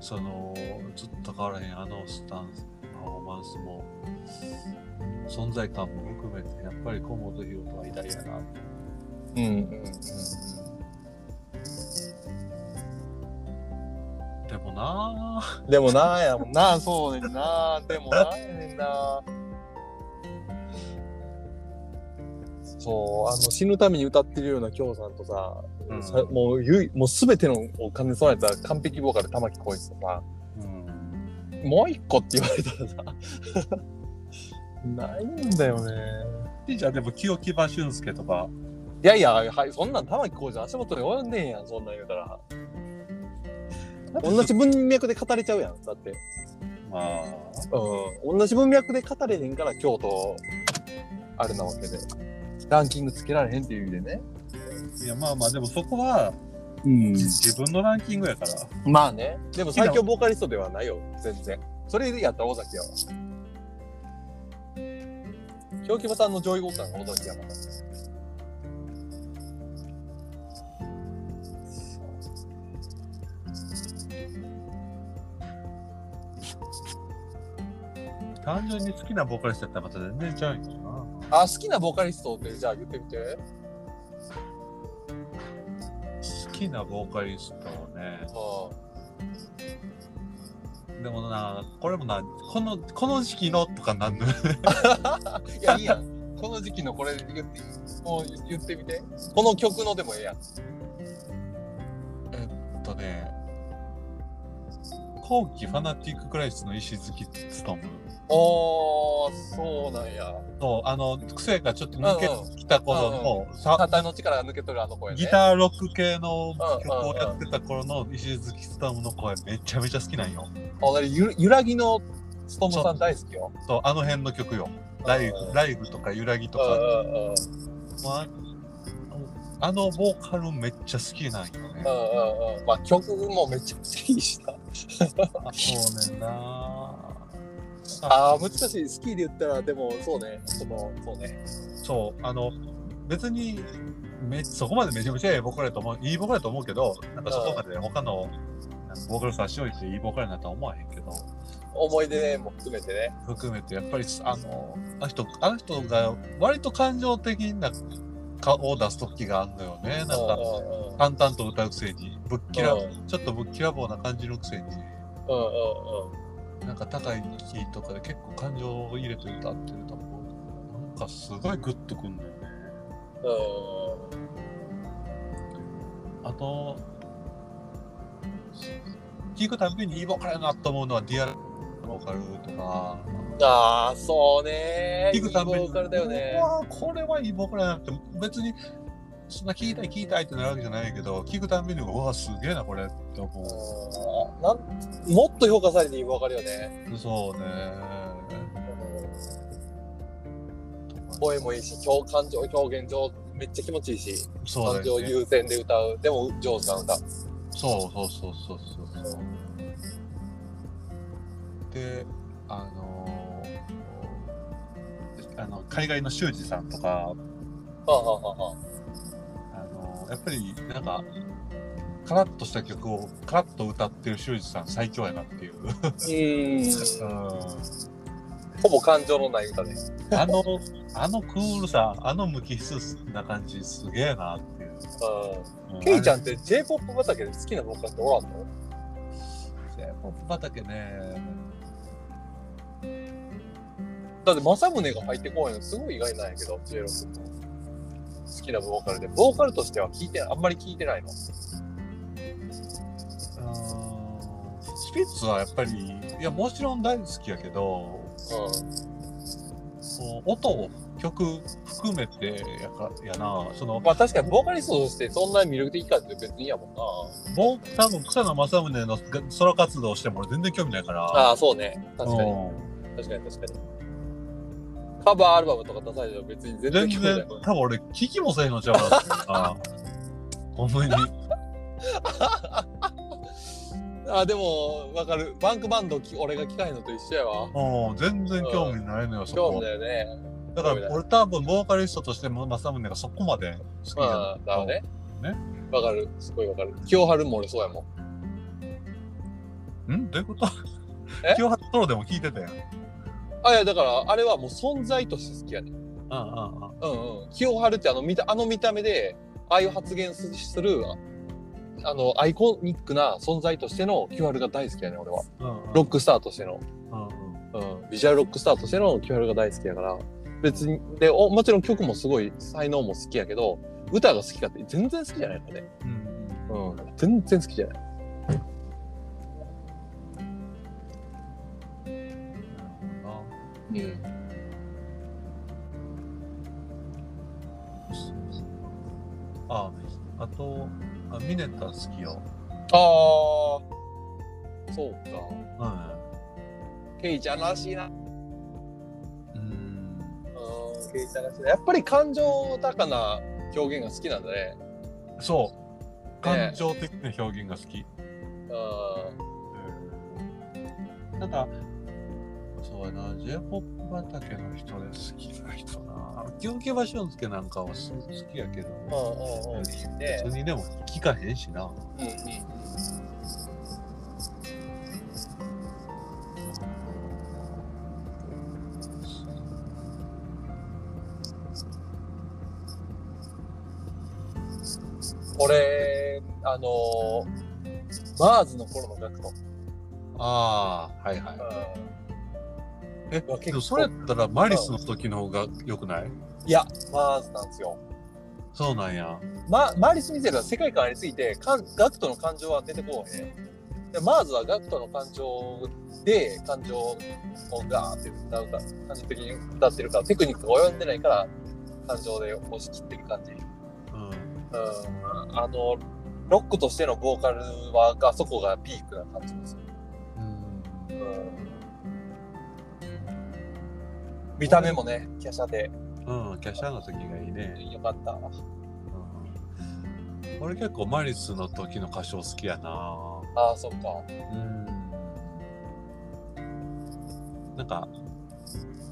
S1: そのずっと変わらへんあのスタンスパフォーマンスも存在感も含めてやっぱり河本大翔は偉大やな
S2: うんうんうん
S1: でもなぁ
S2: でもなやもんなそうねんなでもなやねんなそうあの死ぬために歌ってるような京さんとさ,、
S1: うん
S2: さもうゆいもう全てのを兼ね備えた完璧ボーカル玉置浩二とさ
S1: うん
S2: もう一個って言われたらさないんだよね
S1: じゃあでも清木場俊介とか
S2: いやいや、はい、そんなん玉置浩二の足元に及んでんやん、そんなん言うたら。同じ文脈で語れちゃうやん、だって。
S1: まあ
S2: うん。同じ文脈で語れへんから、京都、あれなわけで。ランキングつけられへんっていう意味でね。
S1: いやまあまあでもそこは
S2: うん
S1: 自分のランキングやから
S2: まあね。でも最強ボーカリストではないよ、全然。それでやったら尾崎やわ。京木場さんの上位互換が尾崎やから。
S1: 単純に好きなボーカリストやったらまた全然ちゃうんやけどな
S2: あ、好きなボーカリストって、じゃあ言ってみて。
S1: 好きなボーカリストね
S2: う
S1: でもなこれもなこのこの時期のとかなんの
S2: ん。いや、いいや
S1: *laughs*
S2: ん。この時期のこれ言って、もう言ってみて。この曲のでもええやん。
S1: とね後期ファナティッククライスの石月努
S2: おー、そうなんや。
S1: とあの癖がちょっと抜けてきた頃の、さ
S2: 肩の力が抜けとるあの声ね。
S1: ギターロック系の
S2: うん
S1: 曲をやってた頃の石月努の声めちゃめちゃ好きなんよ
S2: あ俺ゆゆらぎのストームさん大好きよ。
S1: とあの辺の曲よライブ
S2: うん
S1: ライブとか揺らぎと
S2: うん
S1: か
S2: うんうんうん
S1: まあ、あのボーカルめっちゃ好きなんよね。
S2: うんうんまあ曲もめちゃくちゃいいしな。
S1: あそうねんな。
S2: ああ、難しい。スキーで言ったら、でもそうね。そのそうね。
S1: そう、あの、別にめそこまでめちゃめちゃええボーカルやと思う、いいボーカルやと思うけど、なんかそこまで他のなんかボーカル差し置いていいボーカルになったとは思わへんけど、
S2: 思い出も含めてね。
S1: 含めてやっぱりあの、あの人あの人が割と感情的な顔を出す時があるのよね。なんか
S2: うんうんうん
S1: 淡々と歌うくせに、ぶっきら
S2: うんうん
S1: ちょっとぶっきらぼうな感じのくせに。
S2: うんうん。
S1: なんか高いキーとかで結構感情を入れて歌ってると思う。なんかすごいグッとくんのよね。
S2: う
S1: あと、聞くたびにいいボーカルやなと思うのはディアルボーカルとか、
S2: ん、ああそうね
S1: 聞くたびに、
S2: いいボーカルだよね
S1: うわこれはいいボーカルやなって、別にそんな聞いたい聞いたいってなるわけじゃないけど聞くたんびにうわすげえなこれって思
S2: なんもっと評価されてよくわかるよね。
S1: うそうね
S2: 声もいいし、表感情、表現上、めっちゃ気持ちいいし、
S1: そう
S2: 感
S1: だよ
S2: 情
S1: ね
S2: 優先で歌う。でも、上手な歌。
S1: そうそうそうそうそうであのーあの海外の修二さんとか
S2: はあ、はあはあは
S1: あのやっぱりなんかカラッとした曲をカラッと歌ってる修二さん最強やなっていう、
S2: あ、うーん。
S1: あ
S2: ほぼ感情のない歌です。
S1: のあのクールさあの無機質な感じすげえなっていう、
S2: う。
S1: うん
S2: ケイちゃ
S1: ん
S2: んって J-POP 畑で好きなボーカルっておらんの
S1: ポップ畑ね
S2: だって政宗が入ってこないのすごい意外なんやけど、16の好きなボーカルで、ボーカルとしては聞いてないあんまり聞いてないの。
S1: うーんスピッツはやっぱりいやもちろん大好きやけど
S2: う
S1: もう音を曲含めてやかやなその
S2: ん。まあ確かにボーカリストとしてそんなに魅力的かって別にいいやもんな。
S1: もう多分草野正宗のがソロ活動しても俺全然興味ないから
S2: ああ、そうね。確か
S1: う
S2: に。
S1: ん
S2: 確かに確かに。カバーアルバムとか出されても別に全然
S1: 全
S2: 聞こえない
S1: 然、多分俺、聞きもせんのちゃうかな。 *laughs* ほんまに。
S2: あ、でもわかる。バンクバンドき俺が聞かへんのと一緒やわ。
S1: うん、全然興味ないのよ、そ
S2: 興味
S1: こ
S2: だ。よね。
S1: だから、俺多分、ボーカリストとしても、正宗がそこまで好きじ
S2: ま
S1: ゃ
S2: あ、
S1: な
S2: だ
S1: い。
S2: よね。
S1: ね
S2: わかる。すごいわかる。清春も俺そうやもん。
S1: んどういうこと
S2: え
S1: 清原ソロでも聞いてたやん。うん
S2: あ、いや、だから、あれはもう存在として好きやねん。
S1: うんうん。
S2: うんうん。清春ってあの見た、あの見た目で、ああいう発言すする、ああの、アイコニックな存在としての清春が大好きやねん、俺は。ロックスターとしての。
S1: うんうん
S2: うん。ビジュアルロックスターとしての清春が大好きやから。別に、で、おもちろん曲もすごい、才能も好きやけど、歌が好きかって全然好きじゃないのね。
S1: うん
S2: うん。全然好きじゃない。うん。
S1: あ、あと、あミネタ好きよ。
S2: ああ。そうか。
S1: う
S2: ケイちゃんらしいな。
S1: ん。うん。
S2: うん、ケイちゃんらしいな。やっぱり感情豊かな表現が好きなんだね。
S1: そう。感情的な表現が好き。
S2: う
S1: なんか、そうやな、J-POP 畑の人で好きな人な。キュンキュバシュンスケなんかはす好きやけど、
S2: ん。うんうんうん。ね
S1: 普通にでも聞かへんしな。
S2: うんうん。俺、あのー、マーズの頃のガクト。
S1: ああ、はいはい。え、
S2: うわ結構
S1: でもそれやったらマリスの時の方が良くない
S2: いや、マーズなんですよ。
S1: そうなんや。
S2: ま、マーリス・ミゼルは世界観ありすぎて、かんガクトの感情は出てこないね。でマーズはガクトの感情で感情をガーって歌うか、感情的に歌ってるから、テクニックが及んでないから、感情で押し切ってる感じ。うん。
S1: うん。
S2: あの、ロックとしてのボーカルは、あそこがピークな感じでする。
S1: うん
S2: うん。見た目もね、華奢で、
S1: うん、キャシャーの時がいいね。
S2: よかった。
S1: うん俺結構マリスの時の歌唱好きやな。
S2: ああ、そっか。
S1: うんなんか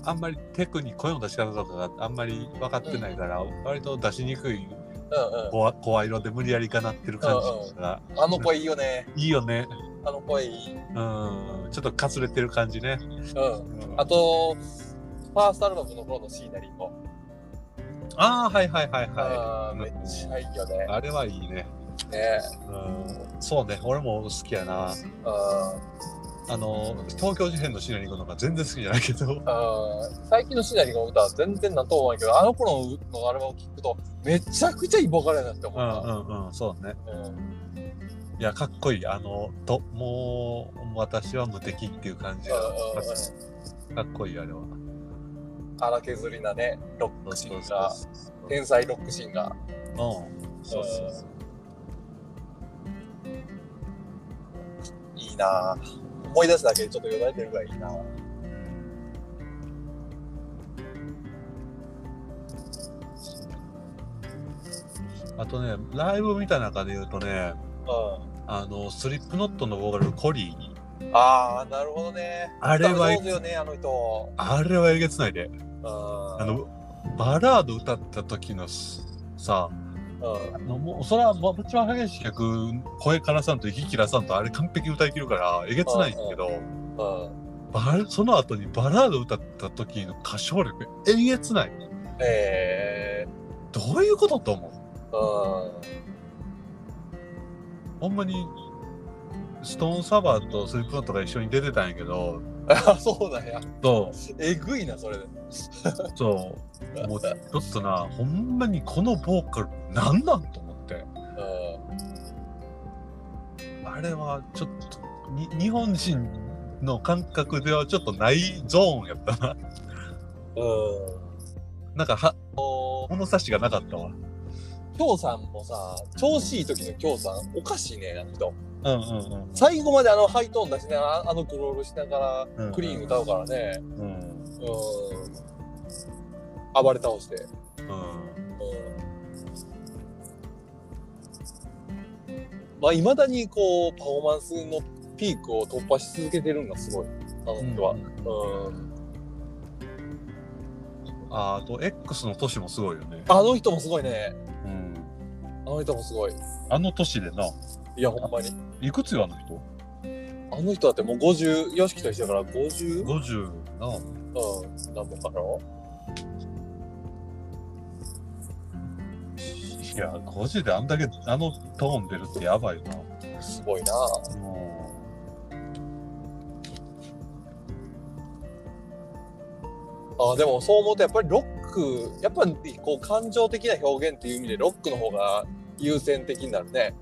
S1: あんまりテクニック声の出し方とかがあんまり分かってないから、割と出しにくい
S2: うんうん。
S1: 声声色で無理やりかなってる感じが、
S2: あの声いいよね。
S1: いいよね、
S2: あの声いい。
S1: うん、ちょっとかすれてる感じね、
S2: うん。あと、ファーストアルバムの頃の椎名林檎。
S1: ああはいはいはい
S2: あ
S1: は
S2: ー
S1: い
S2: めっちゃいいよね。
S1: あれはいいね、
S2: ね
S1: うん、そうね俺も好きやな
S2: あ
S1: あの東京事変のシナリオの方が全然好きじゃないけど
S2: あ最近の椎名林檎の歌は全然なんとも思わんけど、あの頃のアルバムを聴くと、めちゃくちゃいいボーカルやなって思
S1: う
S2: うんな。
S1: うんうんそうね
S2: うん
S1: いや、かっこいい。あの、と、もう、私は無敵っていう感じが、かっこいい、あれは。
S2: 荒削りなね、ロックシーンが、
S1: そう
S2: 天才ロックシーンが、
S1: うん
S4: そうそうそう
S2: いいなぁ思い出すだけでちょっとよだれてるぐらいいいなぁ
S1: あとね、ライブ見た中で言うとね、
S2: うん
S1: あの、スリップノットのボーカル、コリー。
S2: ああなるほどね
S1: あれは
S2: そうだよねあの人
S1: あれはえげつないで。
S2: あ
S1: あの、バラード歌った時のすさ、あのもうそれはももちろん激しい曲、声からさんと息切らさんとあれ完璧に歌いきるから、えげつないんだけど、
S2: うん
S1: バラその後にバラード歌った時の歌唱力、えげつない。
S2: ええ
S1: どういうことと思う
S2: うん
S1: ほんまに、ストーンサバーとスリップノットが一緒に出てたんやけど、
S2: あそうなんや
S1: そう、
S2: えぐいなそれで
S1: そう。もうちょっとな、ほんまにこのボーカルなんなんと思って。
S2: う
S1: あれはちょっと、に日本人の感覚ではちょっとないゾーンやったな。
S2: んうん
S1: なんかは、物差しがなかったわ。
S2: 京さんもさ調子いい時の京さんおかしいねあの人
S1: うんうん
S2: 最後まであのハイトーンだしねああのクロールしなが
S1: うんう
S2: ら
S1: ん
S2: クリーン歌うからね
S1: うん。うん。
S2: うん暴れ倒して
S1: うん。
S2: うんまあいまだにこうパフォーマンスのピークを突破し続けてるのがすごいあの人はうん
S1: ああと、X の年もすごいよね。
S2: あの人もすごいね
S1: うん。
S2: あの人もすごい
S1: あの年でな、
S2: いやほんまに
S1: いくつよ、あの人
S2: あの人だってもう50、ヨシキと一緒だから 50? うん、
S1: ?50 な。
S2: 何本かな
S1: いや、50であんだけあのトーン出るってやばいな。
S2: すごいな
S1: もう。
S2: あでもそう思うとやっぱりロック、やっぱりこう感情的な表現っていう意味でロックの方が優先的になるね。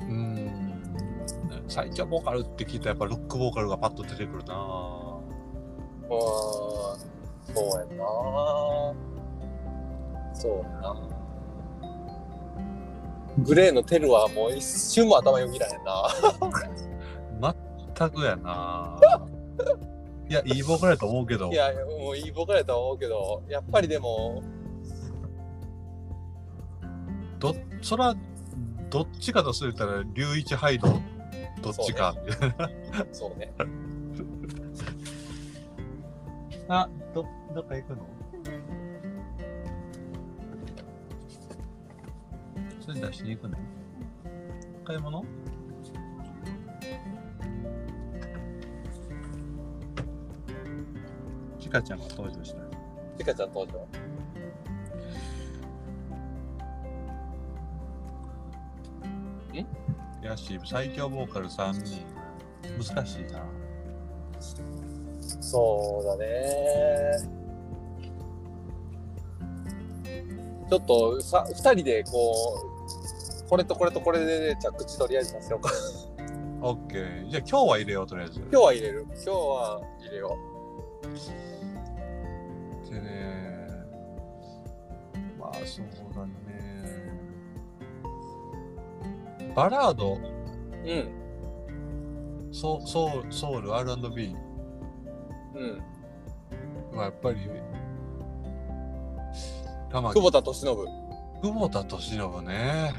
S1: うーん最強ボーカルって聞いたらやっぱロックボーカルがパッと出てくるなぁ
S2: うーん、そうやんなそうやなグレーのテルはもう一瞬も頭よぎらへんな。
S1: 全くや *laughs* なぁいやいいボーカルやと思うけど
S2: いや、もういい僕らやとは思うけど、やっぱりでも、
S1: どそらどっちかとするたら龍一ハイドどっちか、
S2: そうね。
S1: あどどっか行くのそれ出しに行くの買い物ちかちゃんが登場した
S2: ピカちゃん登場。
S1: いやし、最強ボーカル3人。難しいな。
S2: そうだね。ちょっとさ2人でこうこれとこれとこれで着地とりあえずさせようか
S1: オッケー。じゃあ今日は入れよう、とりあえず。
S2: *laughs* 今日は入れる今日は入れよ
S1: でね。まあ、そうだね。バラード、
S2: ううん
S1: ソソウル、ソウル R&B
S2: うん
S1: はやっぱり、玉木
S2: 久保田利伸
S1: 久保田敏信ね。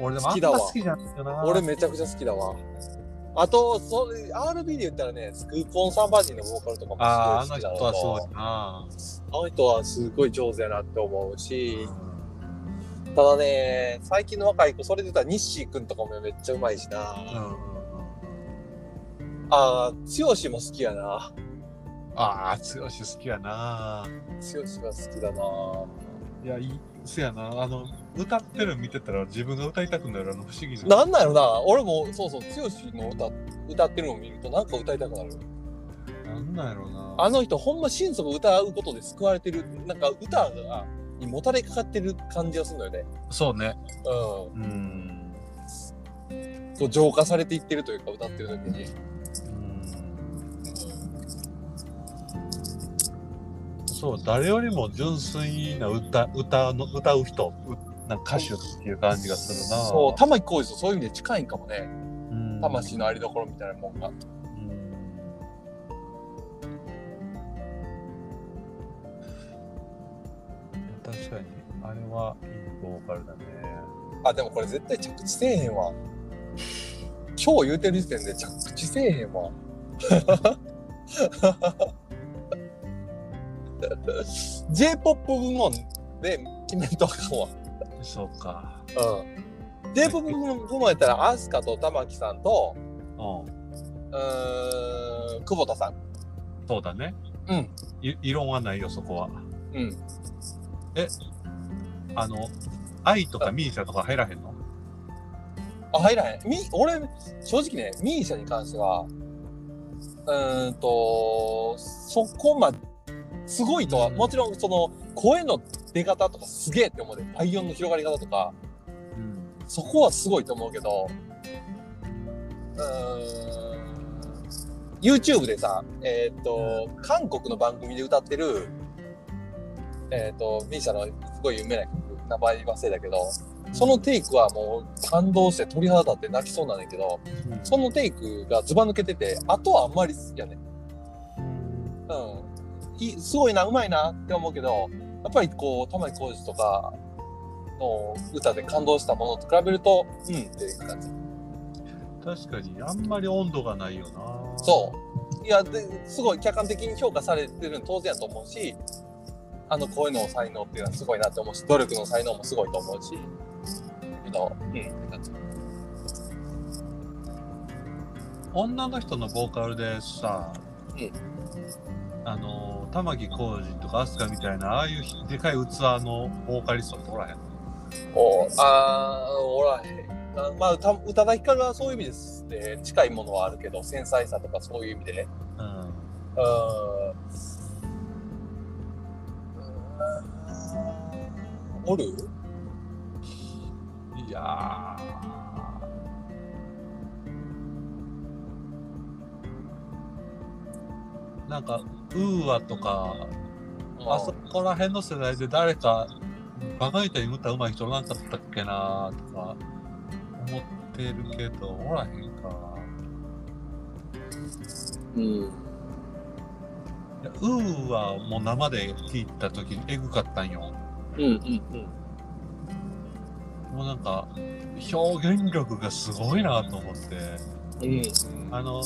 S1: 俺でもあ
S2: 好き
S1: ん
S2: だ
S1: ま
S2: わ
S1: 好きじゃないよな。
S2: 俺めちゃくちゃ好きだわあとそれ RB で言ったらねスクーポンサンバ人のボーカルとかも
S1: ああ、あ
S2: すご
S1: の
S2: い好き
S1: 人
S2: だわ
S1: はそうだな。
S2: あの人はすごい上手やなって思うし
S1: う
S2: ただね最近の若い子それで言ったらニッシーくんとかもめっちゃうまいしな、
S1: んうんうんうん。
S2: ああ、剛も好きやな。
S1: ああ、剛好きやな。
S2: 剛が好きだな。
S1: いや、いい、せやな。あの、歌ってるの見てたら自分が歌いたくなるあの不思議な。
S2: なんなんやろな。俺も、そうそう、剛の歌、歌ってるのを見ると、なんか歌いたくなる。
S1: なんなんやろうな。
S2: あの人、ほんま心底歌うことで救われてる。なんか歌が、にもたれかかってる感じがするんだよね。
S1: そうね。
S2: うん。
S1: うん。
S2: こう浄化されていってるというか、歌ってる時に。
S1: うんそう、誰よりも純粋な歌、歌の、歌う人、うなんか歌手っていう感じがするな
S2: そう玉置浩二とそういう意味で近いんかもね
S1: うん
S2: 魂のありどころみたいなもんが
S1: うん確かにあれはいいボーカルだね
S2: あでもこれ絶対着地せえへんわ今日言うてる時点で着地せえへんわ *laughs* j p o p 部門で決めんとあかんわ
S1: そうか
S2: うん j p o p 部門やったら飛鳥と玉木さんと
S1: うん
S2: うーん久保田さん
S1: そうだね
S2: うん
S1: い異論はないよそこは
S2: うん
S1: あの愛とかミーシャとか入らへんの
S2: あ入らへんみ俺正直ねミーシャに関してはうーんとそこますごいとは、
S1: うん
S2: もちろんその声の出方とかすげえって思うで体音の広がり方とか
S1: うん
S2: そこはすごいと思うけどうーん YouTube でさえっ、と韓国の番組で歌ってるえっ、とミーシャのすごい有名な曲名前忘れたけどそのテイクはもう感動して鳥肌立って泣きそうなんだけど
S1: うん
S2: そのテイクがずば抜けてて、あとはあんまりやね。うん。いすごいな、うまいなって思うけど、やっぱりこう、玉置浩二とかの歌で感動したものと比べると、うんっていう感じ。
S1: 確かにあんまり温度がないよな
S2: そう。いや、ですごい客観的に評価されてるの当然やと思うし、あの声の才能っていうのはすごいなって思うし、努力の才能もすごいと思うし、けど、うんって感じ。
S1: 女の人のボーカルでさ、
S2: うん
S1: あの玉置浩二とか飛鳥みたいなああいうでかい器のボーカリストっておらへん
S2: おあーおらへんなまあ歌宇多田ヒカルはそういう意味ですで近いものはあるけど繊細さとかそういう意味で
S1: うん
S2: うーんうーんおる
S1: いやーなんかウーアとかあそこら辺の世代で誰かバカみたいに歌うまい人おらんかったっけなとか思ってるけどおらへんか
S2: うん
S1: いやウーはもう生で聞いた時にエグかったんよ
S2: うんうんうん
S1: もうなんか表現力がすごいなと思って
S2: うん
S1: あの「う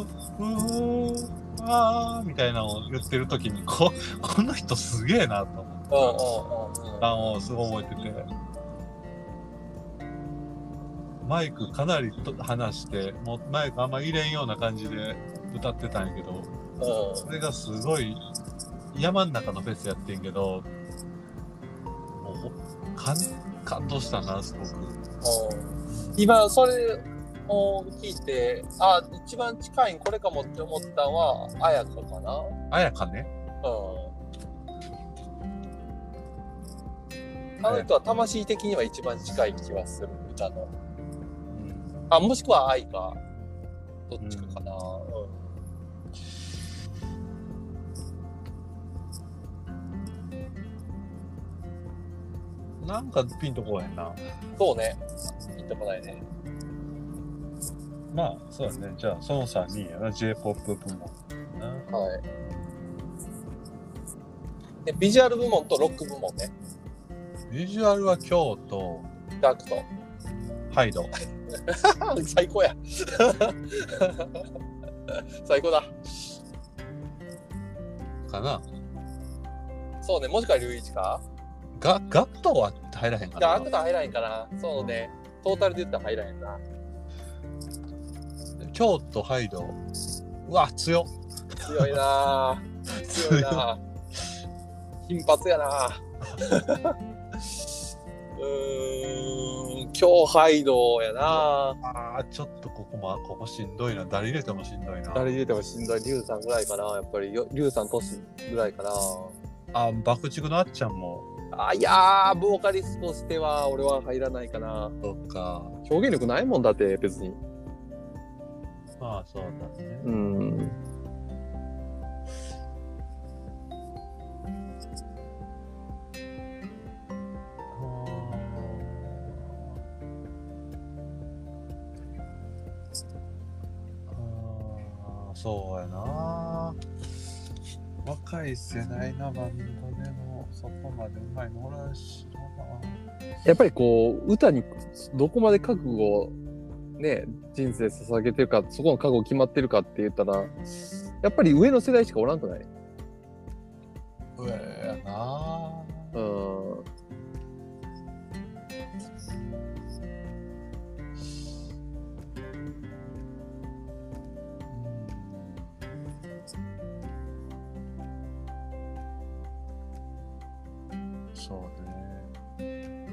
S1: ううあー」みたいなのを言ってる時にこ *laughs* この人すげえなと思っ
S2: うん
S1: たのをすごい覚えててマイクかなりと離してもうマイクあんま入れんような感じで歌ってたんやけど
S2: うん
S1: それがすごい山ん中のフェスやってんけどもうほ感感動したなすごく
S2: 今それを聞いてあ一番近いんこれかもって思ったのは綾子かな
S1: あやかね
S2: うんあの人は魂的には一番近い気はする歌の。あ、もしくは愛か。どっちかかな。
S1: なんかピンとこうへんな
S2: うんそうね。言ってこないね。
S1: まあそうだねじゃあその3人やな j p o p 部門な
S2: はい。で、ビジュアル部門とロック部門ね。
S1: ビジュアルは京都
S2: ダ *laughs* ークと。
S1: ハイド
S2: 最高や。最高だ。
S1: かな
S2: そうね。もしくは龍一か。
S1: ガガットは入らへんか
S2: じゃあ、
S1: な
S2: アクタ入らへんかな。そうね。トータルで言ったら入らへんな。
S1: 京都ハイドうわ強っ
S2: 強いなぁ。強いなぁ。金髪やなぁ。うーん、強配道やなぁ。
S1: あーちょっとここもここしんどいな誰入れてもしんどいな
S2: 誰入れてもしんどい、龍さんぐらいかな、やっぱり、よ龍さん都市ぐらいかな。
S1: あ爆竹のあっちゃんも
S2: あ、いやー、ボーカリストとしては、俺は入らないかな。
S1: そっか
S2: 表現力ないもんだって、別に。
S1: まあそうだね
S2: うん。
S1: あそうやな若い世代なバンドでもそこまでうまいのおらんし
S2: やっぱりこう歌にどこまで覚悟をね人生捧げてるかそこの覚悟決まってるかって言ったらやっぱり上の世代しかおらんくない
S1: な上やな
S2: うん
S1: そうね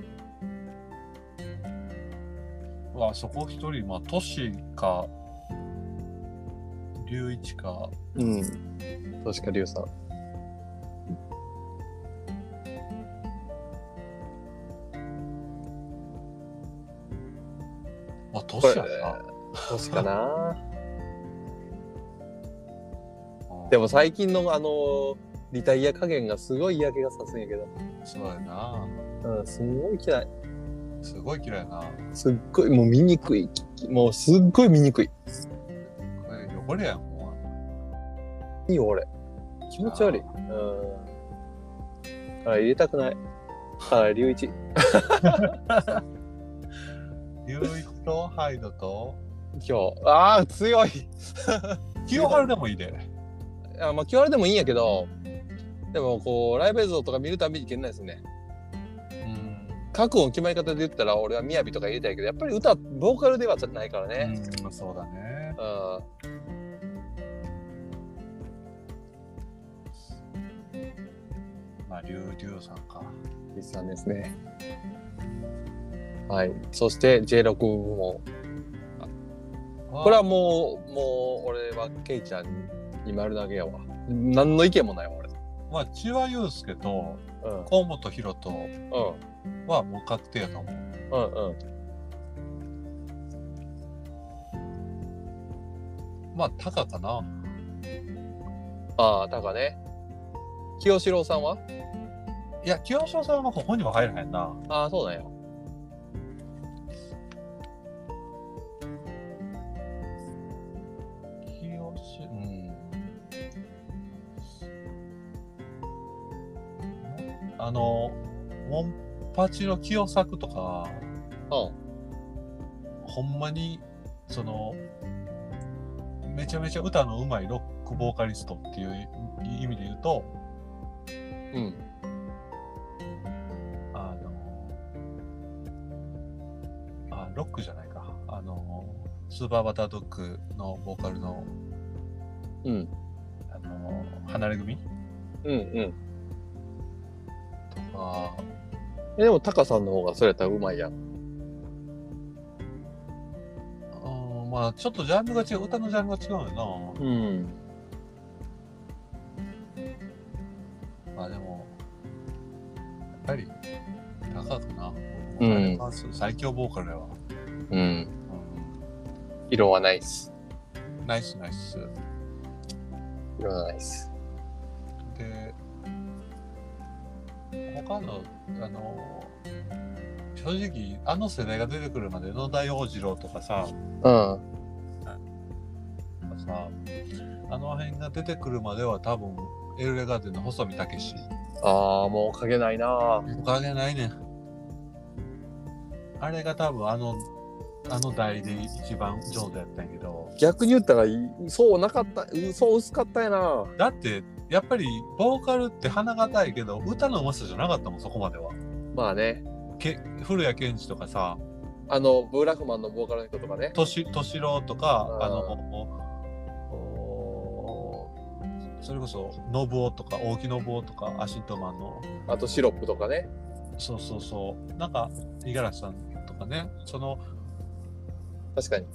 S1: うわそこ一人まあトシか龍一か
S2: うん確か龍さん
S1: まあトシやな、
S2: 確かな
S1: うん
S2: *laughs* でも最近のあのリタイア加減がすごい嫌気がさすんやけど
S1: そうやな
S2: うんすんごい嫌い
S1: すごい嫌いなこ
S2: すっごいもう見にくいもうすっごい見にくい
S1: れ汚れやんも
S2: いいよ俺気持ち悪い
S1: あ
S2: うんあ入れたくないあ龍一
S1: う龍一とハイドと
S2: 今日ああ強い
S1: 清春でもいいで
S2: あまあ QR でもいいんやけどでもこうライブ映像とか見るたびにいけないですね
S1: うん
S2: 覚悟の決まり方で言ったら俺は「みやび」とか入れたいけどやっぱり歌ボーカルではないからね
S1: うん、そうだね。
S2: うん、
S1: まあ、りゅうりゅうさんか。
S2: リスさんですねはいそして J6 部門こ
S1: こ
S2: れは、もうもう俺はケイちゃんに丸投げやわ何の意見もないわ俺
S1: まあ、千葉祐介と
S2: うんうん
S1: 河本ロとはもう確定やと思う。
S2: うんうん
S1: まあ、タカかな。
S2: ああだからね清志郎さんはい
S1: や、清志郎さんはここには入らへんな。
S2: ああそうなんや
S1: 清志、うん。あの、モンパチの清作とか、
S2: うん
S1: ほんまに、その、めちゃめちゃ歌のうまいロックボーカリストっていう意味で言うと、
S2: うん
S1: あのあロックじゃないかあのスーパーバタードッグのボーカルの
S2: うん
S1: あの離れ組
S2: うんうん
S1: とか
S2: えでもタカさんの方がそれやったらうまいやん。
S1: うんまあちょっとジャンルが違う歌のジャンルが違うよ
S2: うん。
S1: なまあでもやっぱり高くな、
S2: うん
S1: あれは最強ボーカルやわ、
S2: う
S1: う
S2: ん。色はないっす。
S1: ん、ナイスナイス
S2: 色はないっす。
S1: で他のあの正直あの世代が出てくるまで野田洋次郎とかさ
S2: うん。
S1: さあの辺が出てくるまでは多分エルレガーデンの細見武史
S2: ああ、もう書けないなぁ。
S1: おかげないねんあれが多分あのあの代で一番上手やったんやけど
S2: 逆に言ったら、いそうなかった、そう薄かったやなぁ。
S1: だってやっぱりボーカルって鼻がたいけど歌のうまさじゃなかったもんそこまでは
S2: まあね。
S1: け古谷健二とかさ
S2: あの、ブラフマンのボーカルの人とかね。
S1: とし敏郎とか、
S2: うん
S1: あのおそれこそ信夫とか大木信夫とかアシントマンの
S2: あとシロップとかね。
S1: そうそうそうなんか五十嵐さんとかねその
S2: 確かに。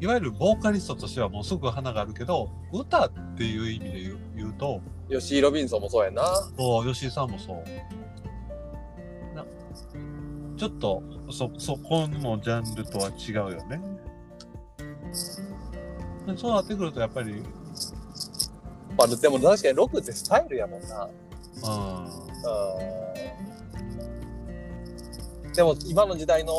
S1: いわゆるボーカリストとしてはもうすぐ花があるけど歌っていう意味で言う言うと
S2: 吉井ロビンソンもそうやな
S1: お吉井さんもそうなちょっとそそこのジャンルとは違うよねでそうなってくるとやっぱりうん
S2: まあ、でも確かにロックってスタイルやもんな。うん。でも今の時代の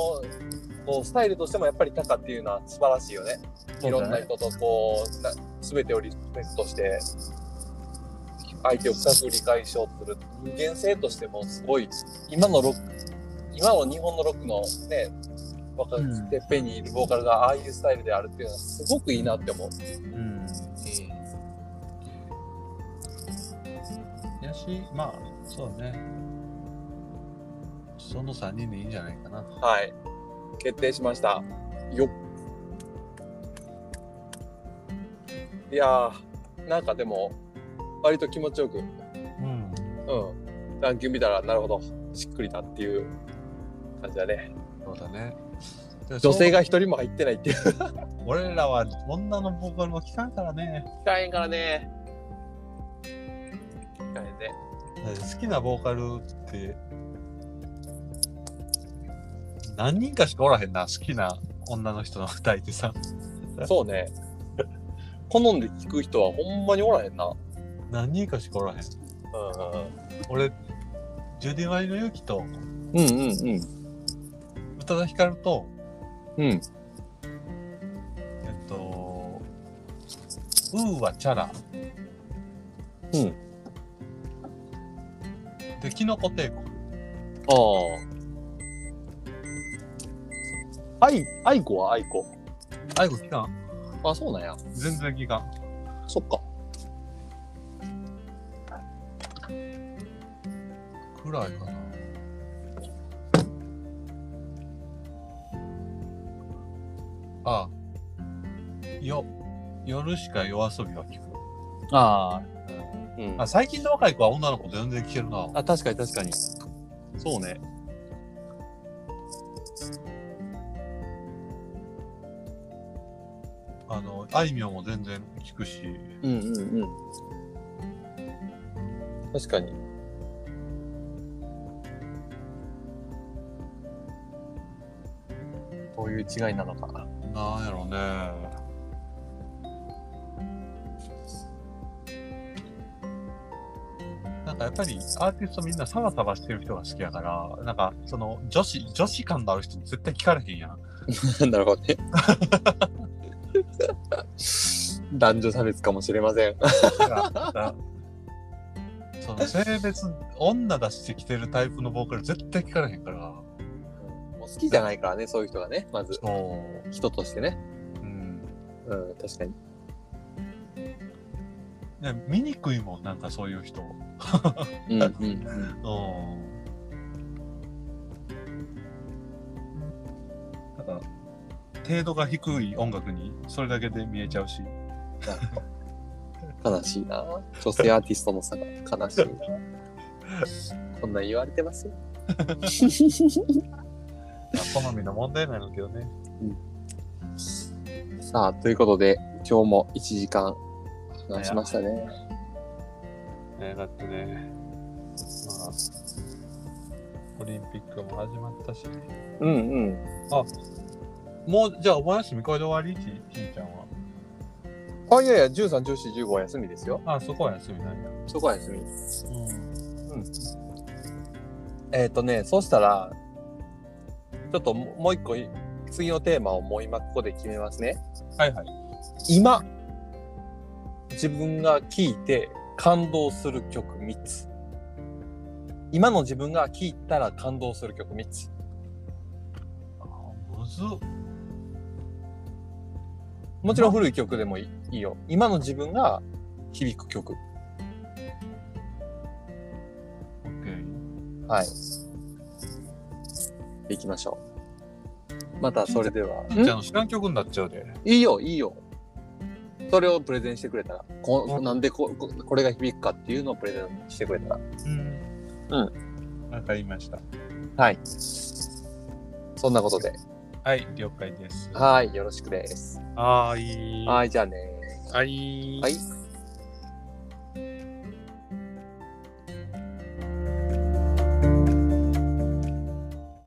S2: こうスタイルとしてもやっぱりタカっていうのは素晴らしいよね。いろんな人とこうな全てをリスペクトして、相手を深く理解しようとする。人間性としてもすごい、今のロック、今の日本のロックのね、若
S1: う
S2: く
S1: ん
S2: てっぺんにいるボーカルがああいうスタイルであるっていうのはすごくいいなって思
S1: う
S2: う。
S1: んやしまあそうねその3人でいいんじゃないかな
S2: はい。決定しました。
S5: よっ
S2: いやー、なんかでも、割と気持ちよく、うん、
S1: うん
S2: ランキング見たら、なるほど、しっくりだっていう感じだね。
S1: そうだね
S2: 女性が一人も入ってないっていう。
S1: 俺らは女のボーカルも聞かんからね
S2: 聞かへんからね。聞かへんね。
S1: 好きなボーカルって何人かしかおらへんな好きな女の人の歌い手さん
S2: そうね。好んで聞く人はほんまにおらへんな。う
S1: 何人かしかおらへん
S2: んうん
S1: 俺ジュディ・マリの勇気と
S5: うんうんうん。
S1: 宇多田ヒカルと
S5: うん。
S1: えっとウーはチャラ
S5: うん
S1: でキノコ帝国
S5: ああ。あい、あいこはあいこ。
S1: あいこ聞かん
S5: あ、そうなんや。
S1: 全然聞かん
S5: そっか。
S1: くらいかなあよ夜しか夜遊びは聞く
S5: あ
S1: うんあ最近の若い子は女の子全然聞けるな
S5: あ。あ、確かに確かに。そうね。
S1: あのあいみょんも全然聞くし
S5: うんうんうん。
S2: うん。確かに。
S5: どういう違いなのか。
S1: なんやろねなんかやっぱりアーティストみんなサバサバしてる人が好きやからなんかその女子女子感のある人絶対聞かれへんや
S5: *laughs*
S1: ん
S5: なるほどね。 *laughs* 男女差別 *laughs* かもしれません。
S1: だから *laughs* その性別女出してきてるタイプのボーカル絶対聞かれへんから
S5: もう好きじゃないからね、そういう人がね。まず、
S1: そ
S5: 人としてね。
S1: う、うん、
S5: うん、確かに。
S1: ね見にくいもんなんかそういう人
S5: うんうん。
S1: うん。なんか、程度が低い音楽にそれだけで見えちゃうし。
S5: 悲しいな。女性アーティストの差が悲しいな。こんなん言われてます
S2: *laughs*
S5: よ。
S1: まあ好みの問題なのけどね。
S5: さあ、ということで、今日も1時間話しましたね。
S1: ね、だってね、まあ、オリンピックも始まったし。
S5: うんうん。
S1: もう、じゃあお盆休みこれで終わりち、ひーちゃんは。
S2: あ、いやいや、13、14、15は休みですよ。
S1: あ、そこは休みなんや。
S5: そこは休み。
S1: うん。
S2: えっ、とね、そうしたら、ちょっとももう一個い、次のテーマをもう今ここで決めますね。
S1: はいはい。
S2: 今、自分が聴いて感動する曲3つ。今の自分が聴いたら感動する曲3つ。
S1: あむずっ。
S2: もちろん古い曲でもいいいいよ。今の自分が響く曲。
S1: オッケー。
S2: はい。
S5: 行きましょう。またそれでは。
S1: ひーちゃんの知らん曲になっちゃうで。
S5: いいよ、いいよ。それをプレゼンしてくれたら。こなんでこここれが響くかっていうのをプレゼンしてくれたら。
S1: うん。
S5: う
S1: わかりました。
S5: はい。そんなことで。
S1: はい、了解です。
S5: はい、よろしくです。
S1: はい。
S5: はい、じゃあね。
S1: はい。
S5: はい。